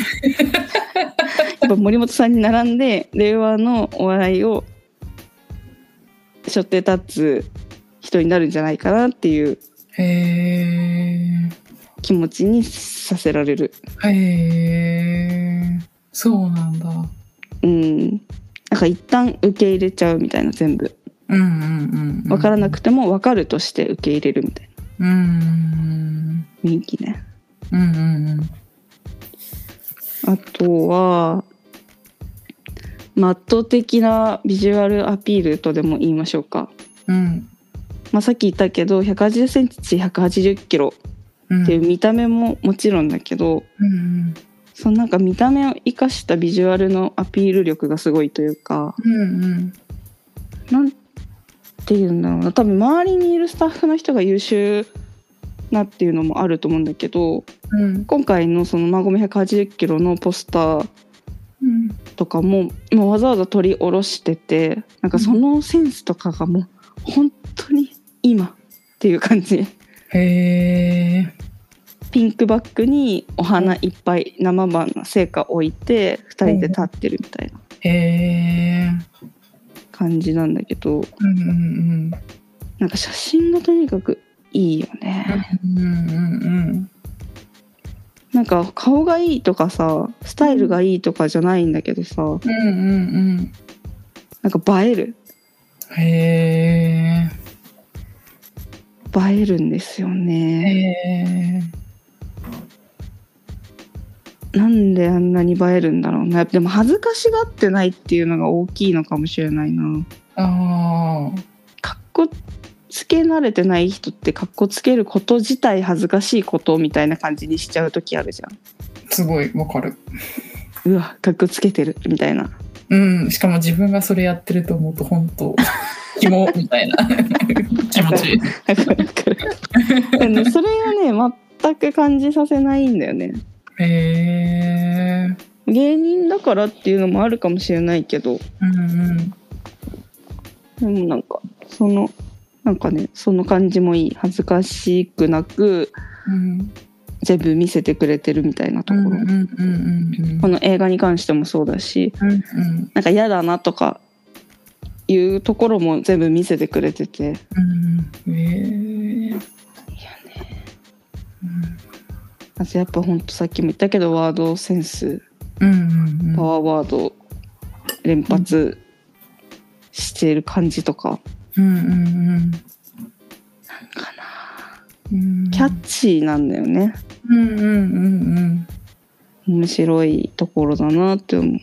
S1: ぱ森本さんに並んで令和のお笑いを背負って立つ人になるんじゃないかなっていう
S2: うん。へ
S1: 気持ちにさせられる。
S2: え。へえ。そうなんだ。
S1: うんなんか一旦受け入れちゃうみたいな全部
S2: うんうんうん。
S1: 分からなく。ても分かるとして受け入れるみたい
S2: うん。
S1: な雰囲気ね
S2: うんうん
S1: あとは、まあ圧倒的なビジュアルアピールとでも言いましょうか。
S2: うん。うん。
S1: まあ、さっき言ったけど180センチ180キロ
S2: うん
S1: っていう見た目ももちろんだけど、
S2: うん
S1: そのなんか見た目を生かしたビジュアルのアピール力がすごいというか
S2: うんうん
S1: なんていうんだろうな多分周りにいるスタッフの人が優秀なっていうのもあると思うんだけど
S2: うん
S1: 今回のその「まごめ180キロ」のポスター
S3: うん。
S1: とかももうわざわざ取り下ろしててなんかそのセンスとかがもう本当に今っていう感じ
S2: へえ
S1: ピンクバッグにお花いっぱい生花聖火置いて2人で立ってるみたいな
S2: へえ
S1: 感じなんだけど
S2: うんうん
S1: なんか写真がとにかくいいよね
S2: うんうんうん
S1: なんか顔がいいとかさスタイルがいいとかじゃないんだけどさ
S2: うんうんうん
S1: なんか映える
S2: うんへ
S1: 映えるんですよ
S2: え
S1: ね
S2: へ
S1: なんであんなに映えるんだろうなでも恥ずかしがってないっていうのが大きいのかもしれないな
S2: ーあー
S1: かっこつけ慣れてない人ってかっこつけること自体恥ずかしいことみたいな感じにしちゃう時あるじゃ
S2: すごいわかる
S1: んうわかっこつけてるみたいな
S2: うんしかも自分がそれやってると思うと本当キモみたいな気持ちいい
S1: だからだからでねそれはね全く感じさせないんだよね
S2: へえ
S1: 芸人だからっていうのもあるかもしれないけど
S2: うんうん
S1: でもなんかそのなんかねその感じもいい恥ずかしくなく
S2: うん
S1: 全部見せてくれてるみたいなと
S2: う
S1: ころ、
S2: んうんうんうん
S1: この映画に関してもそうだし
S2: うんうん
S1: なんか嫌だなとかいうところも全部見せてくれてて
S2: うんへえ
S1: あとやっぱほんとさっきも言ったけどワードセンス
S2: うんうんうん
S1: パワーワード連発してる感じとか
S2: うんうんうん
S1: かな
S3: うん
S1: キャッチーなんだよね
S2: うんうんうんうん。
S1: 面白いところだなって思う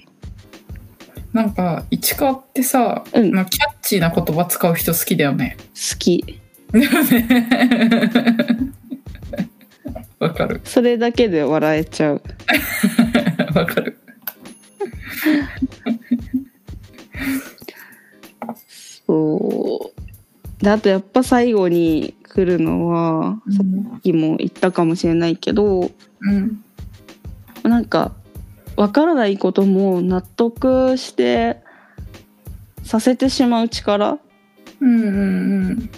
S2: なんか、市川ってさ、
S1: うん
S2: なんかキャッチーな言葉使う人好きだよね。
S1: 好き
S2: だよねわ かる。
S1: それだけで笑えちゃう
S2: わかる。
S1: そうであとやっぱ最後に来るのは、さっきも言ったかもしれないけど
S2: うん。
S1: なんかわからないことも納得してさせてしまう力
S2: うんうんうん。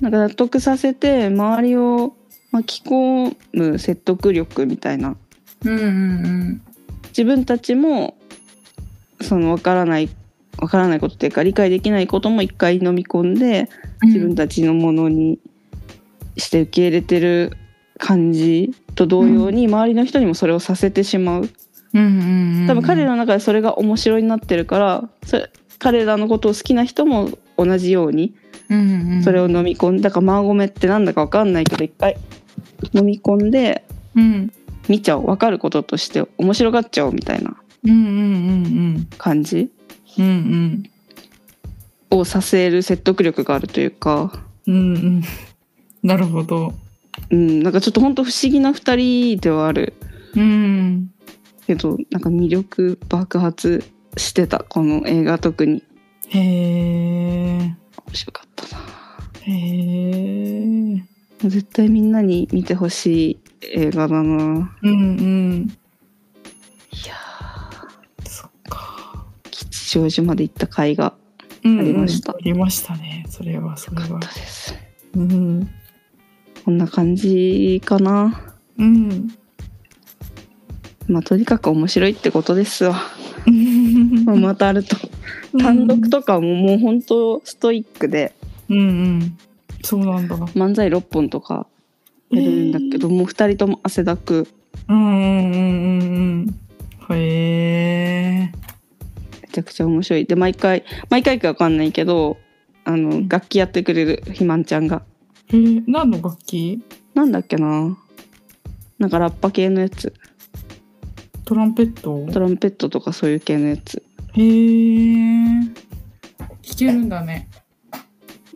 S1: なんか納得させて周りを巻き込む説得力みたいな
S2: うんうんうん。
S1: 自分たちもそのわからないわからないことっていうか理解できないことも一回飲み込んで自分たちのものにして受け入れてる感じと同様に周りの人にもそれをさせてしまう
S3: うんうんうん
S1: 多分彼らの中でそれが面白いになってるからそれ彼らのことを好きな人も同じように
S3: うんうん
S1: それを飲み込んでだからマーゴメってなんだかわかんないけど一回飲み込んで
S3: うん
S1: 見ちゃおう分かることとして面白がっちゃおうみたいな
S3: うんうんうん
S1: 感じ
S3: うんうん
S1: をさせる説得力があるというか、
S3: うんうんなるほど
S1: うん、なんかちょっと本当不思議な2人ではある
S3: うん
S1: けどなんか魅力爆発してたこの映画特に
S3: へえ
S1: 面白かったなも
S3: へえ
S1: う絶対みんなに見てほしい映画だな
S3: うんうん
S1: いや
S3: そっか
S1: 吉祥寺まで行った回が
S3: うんうん
S1: ありました
S3: ありましたねそれはそ
S1: 良
S3: れ
S1: かった
S3: は
S1: です
S3: うん
S1: こんな感じかな
S3: うん
S1: まあとにかく面白いってことですわ、まあ、またあると
S3: うん
S1: 単独とかももう本当ストイックで
S3: うんうんそうなんだ
S1: 漫才6本とかやるんだけど、もう2人とも汗だく
S3: うんうんうんうんうんへえ
S1: めちゃくちゃ面白いで毎回毎回かわかんないけどあの楽器やってくれるひまんちゃんが
S3: へえ何の楽器
S1: なんだっけななんかラッパ系のやつ
S3: トランペット
S1: トランペットとかそういう系のやつ
S3: へえ
S2: 聞けるんだね。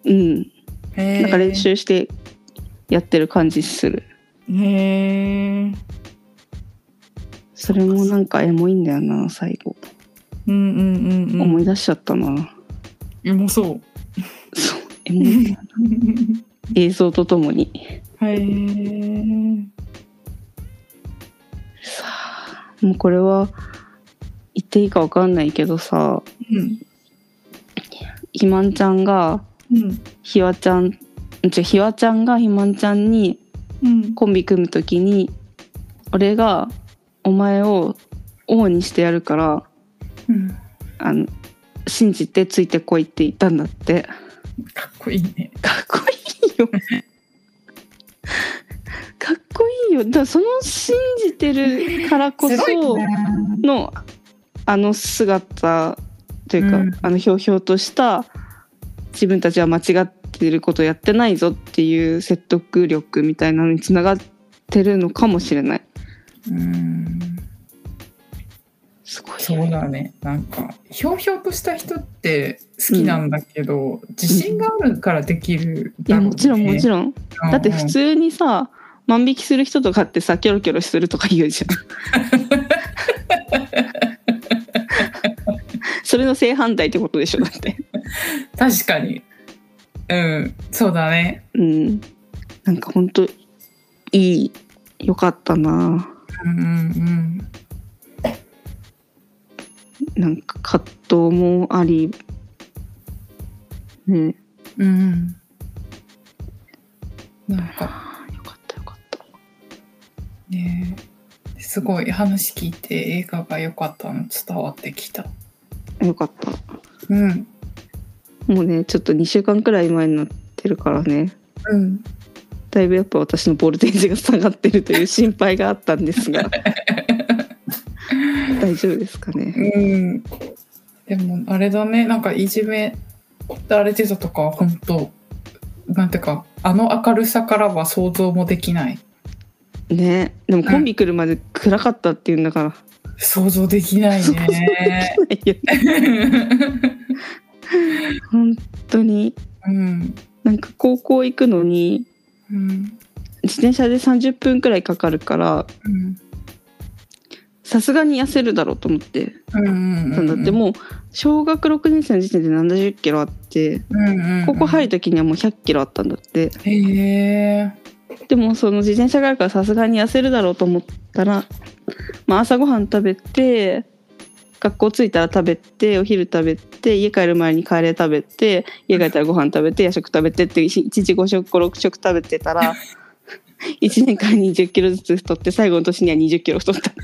S1: うん
S2: へー
S1: なんか練。習してやってる感じする
S3: へえ
S1: それもなんかエモいんだよな最後、
S3: うんうんうんうん
S1: 思い出しちゃったな
S3: うまそう
S1: そうエモいんだよ な映像とともに
S3: へえ
S1: さあもうこれは言っていいかわかんないけどさ
S2: うん。
S1: ひまんちゃんが
S2: うん。
S1: ひわちゃんじゃひわちゃんがひまんちゃんに
S3: うん
S1: コンビ組む時に俺がお前を王にしてやるから
S3: うん
S1: あの信じてついてこいって言ったんだって
S2: かっこいいね。
S1: かっこいいよかっこいいよだからその信じてるからこ
S2: す
S1: そ
S2: ごいね
S1: のあの姿というか、
S2: うん
S1: あのひょうひょうとした自分たちは間違ってることやってないぞっていう説得力みたいなのにつながってるのかもしれない
S2: うん。
S1: すごい
S2: そうだね。なんか、ひょうひょうとした人って好きなんだけど、自信があるからできる
S1: いやもちろんもち
S2: ん。
S1: ろんだって普通にさ万引きする人とかってさキョロキョロするとか言うじゃん それの正反対ってことでしょだって
S2: 確かに。うん。そうだね。
S1: うんなんかほんといいよかったな
S2: うんうん
S1: なんか葛藤もありね
S3: うん
S2: うん。なんか、
S1: よかったよかった
S2: ねすごい話聞いて映画が良かったの伝わってきた。
S1: よかった
S2: うん。
S1: もうねちょっと2週間くらい前になってるからね
S2: うん。
S1: だいぶやっぱ私のボルテージが下がってるという心配があったんです が大丈夫ですかね
S2: うん。でも、あれだね、なんかいじめられてたとか、本当なんていうかあの明るさからは想像もできない
S1: ねでもコンビ来るまで暗かったっていうんだから、
S2: 想像できないね
S1: いや本当に
S2: うん
S1: なんか高校行くのに
S2: うん
S1: 自転車で30分くらいかかるから
S2: うん
S1: さすがに痩せるだろうと思って
S2: うんうん
S1: なんだってもう小学6年生の時点で70キロあって高校入る時にはもう100キロあったんだって
S2: へえ
S1: でもその自転車があるからさすがに痩せるだろうと思ったら、まあ、朝ごはん食べて学校着いたら食べてお昼食べて家帰る前にカレー食べて家帰ったらご飯食べて夜食食べてって1日5食56食食べてた ら1年間に1 0キロずつ太って最後の年には2 0キロ太ったって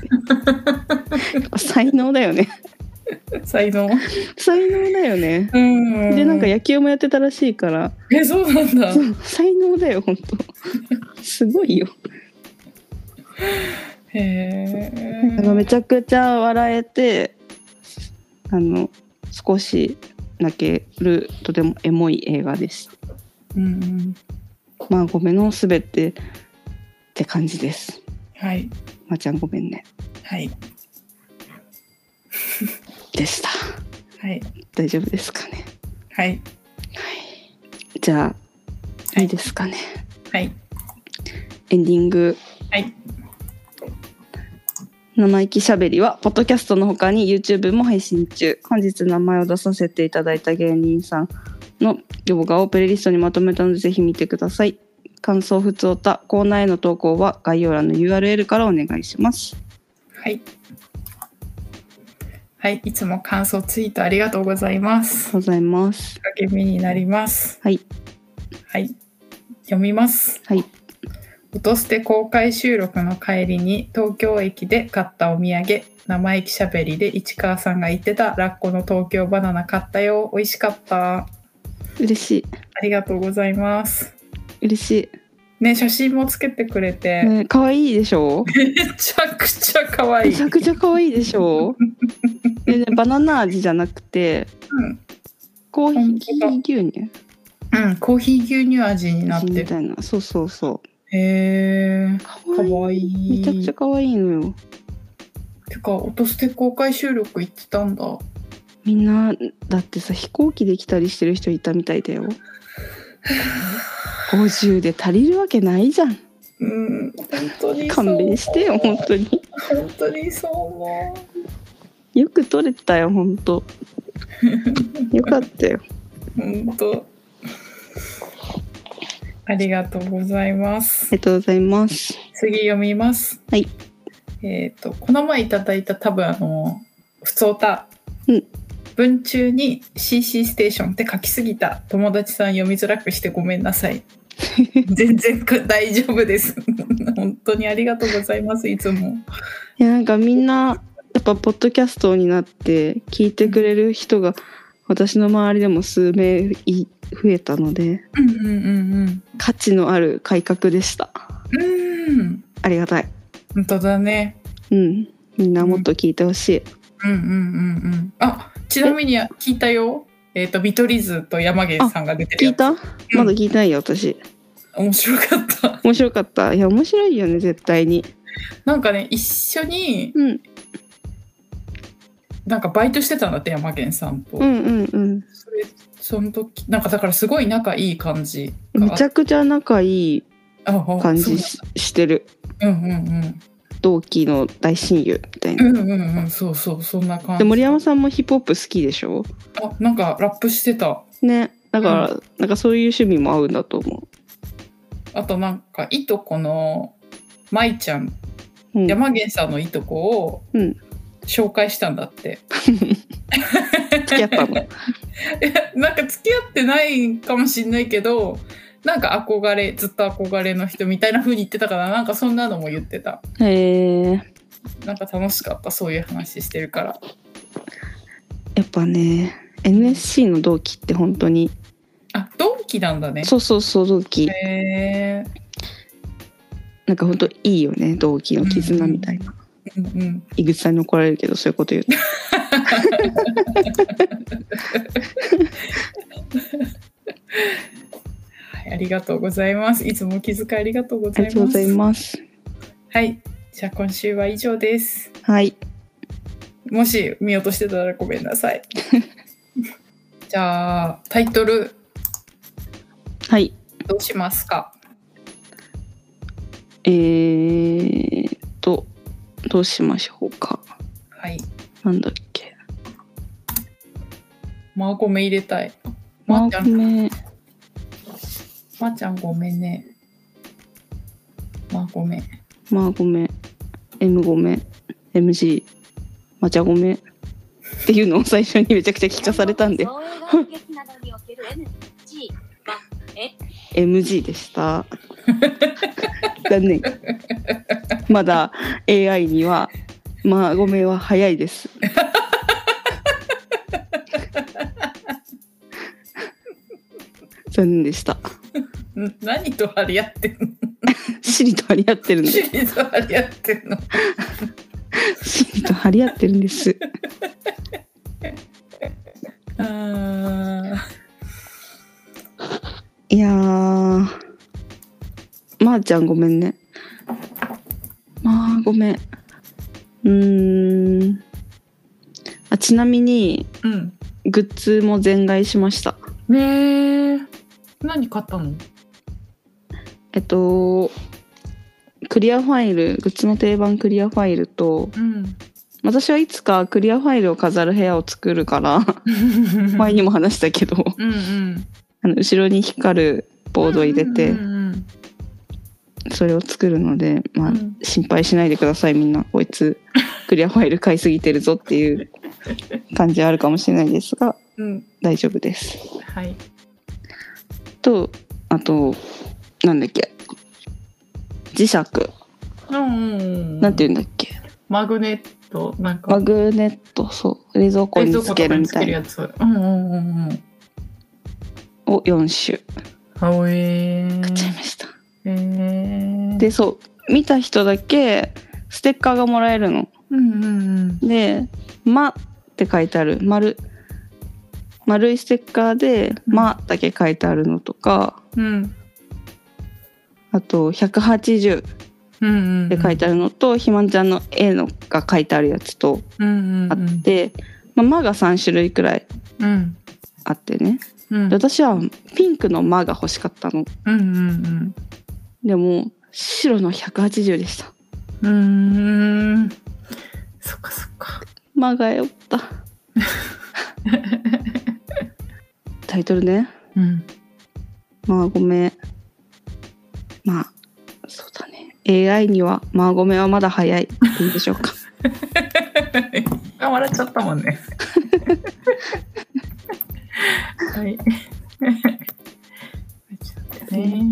S1: やっぱ才能だよね
S2: 才能
S1: 才能だよね
S2: うん
S1: でなんか野球もやってたらしいから
S2: えそうなんだ
S1: そう才能だよ本当すごいよ
S2: へえ
S1: あのめちゃくちゃ笑えてあの少し泣けるとてもエモい映画です
S2: うんうん
S1: まあごめんのすべてって感じです
S2: はい
S1: まー、ちゃんごめんね
S2: はい
S1: でした
S2: はい
S1: 大丈夫ですかね
S2: はい
S1: じゃあ
S2: は
S1: い
S2: い
S1: いですかね
S2: はい
S1: エンディング
S2: はい
S1: 生意気しゃべりはポッドキャストの他に YouTube も配信中本日名前を出させていただいた芸人さんの動画をプレイリストにまとめたのでぜひ見てください感想ふつおたコーナーへの投稿は概要欄の URL からお願いします
S2: はいはいいつも感想ツイートありがとうございます
S1: ございます
S2: 励みになります
S1: はい
S2: はい読みます
S1: はい
S2: 落として公開収録の帰りに東京駅で買ったお土産生意気しゃべりで市川さんが言ってたラッコの東京バナナ買ったよ美味しかったあ
S1: 嬉しい
S2: りがとうございます
S1: 嬉し
S2: ね写真もつけてくれて、
S1: い、ね、可愛いでしょ
S2: めちゃくちゃ可愛
S1: め
S2: い
S1: ちゃくちゃ可愛いでし ょでねバナナ味じゃなくて
S2: うん
S1: コーヒー牛乳
S2: うんコーヒー牛乳味になって
S1: み
S2: る
S1: たいなそうそうそう
S2: へー
S1: 可
S2: 可
S1: 愛い
S2: 愛い
S1: めちゃくちゃ可愛いのよ
S2: てか落として公開収録行ってたんだ
S1: みんなだってさ飛行機で来たりしてる人いたみたいだよ50で足りるわけないじゃん
S2: うん本当にそう
S1: 勘弁してよ本当に
S2: 本当にそう思う
S1: よく撮れたよ本当よかったよ
S2: 本当。ありがとうございま
S1: あ
S2: す。
S1: りがとうございます
S2: 次読みます。
S1: はい。
S2: えっ、と、この前いただいた多分あの、普通歌。
S1: うん。
S2: 文中に CC ステーションって書きすぎた。友達さん読みづらくしてごめんなさ い。全然く大丈夫です。 本当にありがとうございます。いつも。
S1: いやなんかみんなやっぱポッドキャストになって聞いてくれる人が私の周りでも数名い増えたので
S2: うんうんうん
S1: 価値のある改革でした
S2: うん。うん。
S1: ありがたい
S2: 本当だね。
S1: うんみんなもっと聞いてほしい、
S2: うんうんうんうん。あ、ちなみに聞いたよ。えっ、と、見取り図と山毛さんが出てる
S1: 聞
S2: や
S1: い
S2: つ。
S1: たまだ聞いてないよ私
S2: 面白かった。
S1: 面白かったいや面白いよね絶対に
S2: なんかね、一緒に、
S1: うん
S2: なんかバイトしてたんだって、山毛さんと。
S1: うんうんうん
S2: それ、その時、なんかだからすごい仲いい感じがあっ。
S1: めちゃくちゃ仲いい
S2: ああ
S1: 感
S2: そう
S1: じ
S2: だ
S1: ししてる
S2: うんうん
S1: 同期の大親友みたい
S2: うん。
S1: な、
S2: うんうんうん、そうそう、そんな感じ。
S1: で森山さんもヒップホップ好きでしょ
S2: あ、なんかラップしてた。
S1: ねだから、なんかそういう趣味も合うんだと思
S2: あとなんか、いとこの、舞ちゃん、
S1: う、うん、
S2: 山毛さんのいとこを
S1: うん、
S2: 紹介したんだって。
S1: 付き合ったの
S2: いやなんか付き合ってないかもしんないけど、なんか憧れ、ずっと憧れの人みたいな風に言ってたから、なんかそんなのも言ってた。
S1: へえ
S2: なんか楽しかった、そういう話してるから。
S1: やっぱね NSC の同期って本当に
S2: あ、同期なんだね。
S1: そうそうそう同期
S2: へえ。
S1: なんか本当いいよね同期の絆みたいな、
S2: うんうん。
S1: 井口さんに怒られるけどそういうこと言うと
S2: はいありがとうございます。いつもお気遣いありがとうご
S1: あ
S2: ざ
S1: り
S2: い
S1: が
S2: ま
S1: と
S2: す。
S1: うございます。
S2: はい。じゃあ今週は以上です。
S1: はい。
S2: もし見落としてたらごめんな さい。じゃあ、タイトル
S1: はい。
S2: どうしますか
S1: えーっと、どうしましょうか。
S2: はい。
S1: なんだっけ。
S2: マーコメ入れたい。ま
S1: マ
S2: ーちゃ
S1: ー
S2: ん、
S1: メ
S2: まーちゃんごめんね。マーコメ。
S1: マーゴメ、M ゴメ、MG、マチャゴメっていうのを最初にめちゃくちゃ聞かされたんで、MG でした。残念。まだ AI には、マーゴメは早いです。残念でした。
S2: ん何と張り合ってんの
S1: シリと張り合ってるんで
S2: シリと張り合ってんの
S1: シリと張り合ってるんです。
S2: あ
S1: いやー、まー、ちゃんごめんね。まあごめん。うーん。あちなみに
S2: ーうん。
S1: グッズも全買いしました。
S3: ねえ。何買ったの
S1: えっとクリアファイルグッズの定番クリアファイルと
S3: うん。
S1: 私はいつかクリアファイルを飾る部屋を作るから前にも話したけど
S3: うんうん。
S1: あの後ろに光るボードを入れて
S3: うんうん
S1: それを作るのでまあ
S3: うんうん
S1: 心配しないでくださいみんなこいつクリアファイル買いすぎてるぞっていう感じはあるかもしれないですが
S2: うん。
S1: 大丈夫です
S3: はい。
S1: とあとなんだっけ磁石
S3: うんうんうん。
S1: なんて言うんだっけ
S3: マグネット、なんか。
S1: マグネットそう冷蔵庫
S3: 冷
S1: に
S3: 蔵
S1: つ
S3: 庫
S1: け
S3: とか
S1: る
S3: に
S1: み
S3: つ
S1: た
S3: ける
S1: いな
S3: やつ。うんうんうんうん。
S1: を4種
S3: はえー。
S1: 買っちゃいました
S3: えー、
S1: でそう見た人だけステッカーがもらえるの
S3: うんうんうん。
S1: で「ま」って書いてある丸丸いステッカーで「ま」だけ書いてあるのとか、
S3: うん。
S1: あと180っ
S3: うんうん。
S1: て書いてあるのと、ひまんちゃんの絵のが書いてあるやつと
S3: うんうん
S1: あって、まあ、間が3種類くらい
S3: うん。
S1: あってね
S3: うん。
S1: で私はピンクの間が欲しかったの
S3: うんうん
S1: でも白の180でした
S3: うん。うん。そっかそっか。
S1: 間がよったタイトルね
S3: うん。
S1: まあごめんまあそうだね AI にはまあごめんはまだ早いいいでしょうか
S3: あ、笑っちゃったもん ね。はい。ね、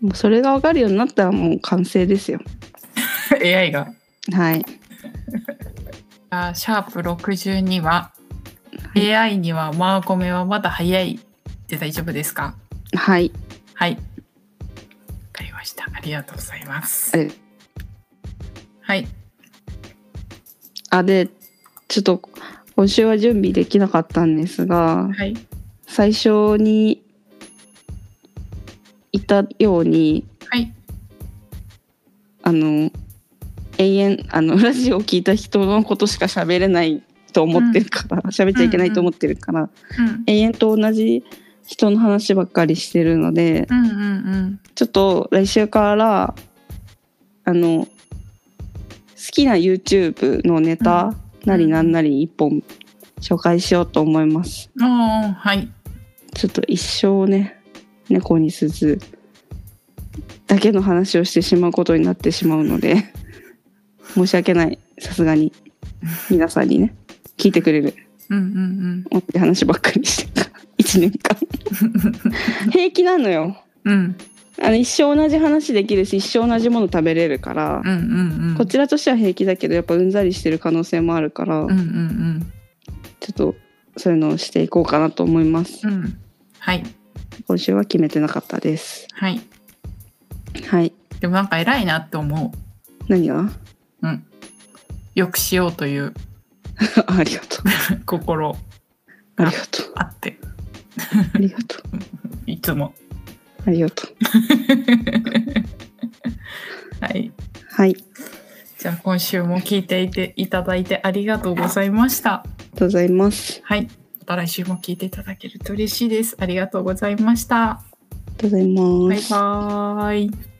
S1: もうそれがわかるようになったらもう完成ですよ
S3: AI が。
S1: はい
S3: あシャープ62は、AI にはマーコメはまだ早いで大丈夫ですか
S1: はい
S3: はい。わかりました。ありがとうございます。
S1: え
S3: はい。
S1: あでちょっと今週は準備できなかったんですが
S3: はい。
S1: 最初に言ったように
S3: はい。
S1: あの永遠あのラジオを聞いた人のことしか喋れないと思ってるから喋、っちゃいけないと思ってるから、
S3: うん。
S1: 永遠と同じ人の話ばっかりしてるので
S3: うんうん
S1: ちょっと来週からあの好きな YouTube のネタなりなんなり一本紹介しようと思います。
S3: うん。おーはい。
S1: ちょっと一生ね猫に鈴だけの話をしてしまうことになってしまうので 申し訳ないさすがに皆さんにね聞いてくれる
S3: うんうん
S1: 同じ話ばっかりしてた1年 間平気なのよ
S3: うん。うん
S1: あの一生同じ話できるし一生同じもの食べれるから
S3: うんう、んうん。
S1: こちらとしては平気だけどやっぱうんざりしてる可能性もあるから、
S3: うんうん
S1: ちょっとそういうのをしていこうかなと思います
S3: うん。うん。はい。
S1: 今週は決めてなかったです
S3: はい。
S1: はい
S3: でもなんか偉いなって思
S1: 何が
S3: う。うん。よくしようと いう
S1: ありがとう
S3: 心
S1: ありがとう。
S3: あって。
S1: ありがとう。
S2: いつも。
S1: ありがとう。
S2: はい。
S1: はい。あり
S2: じゃあ今週も聞いていていただいてありがとうございました。
S1: がとうございます。
S2: はい。また来週も聞いていただけると嬉しいです。ありがとうございました。
S1: ありがとうございます。
S2: バイバーイ。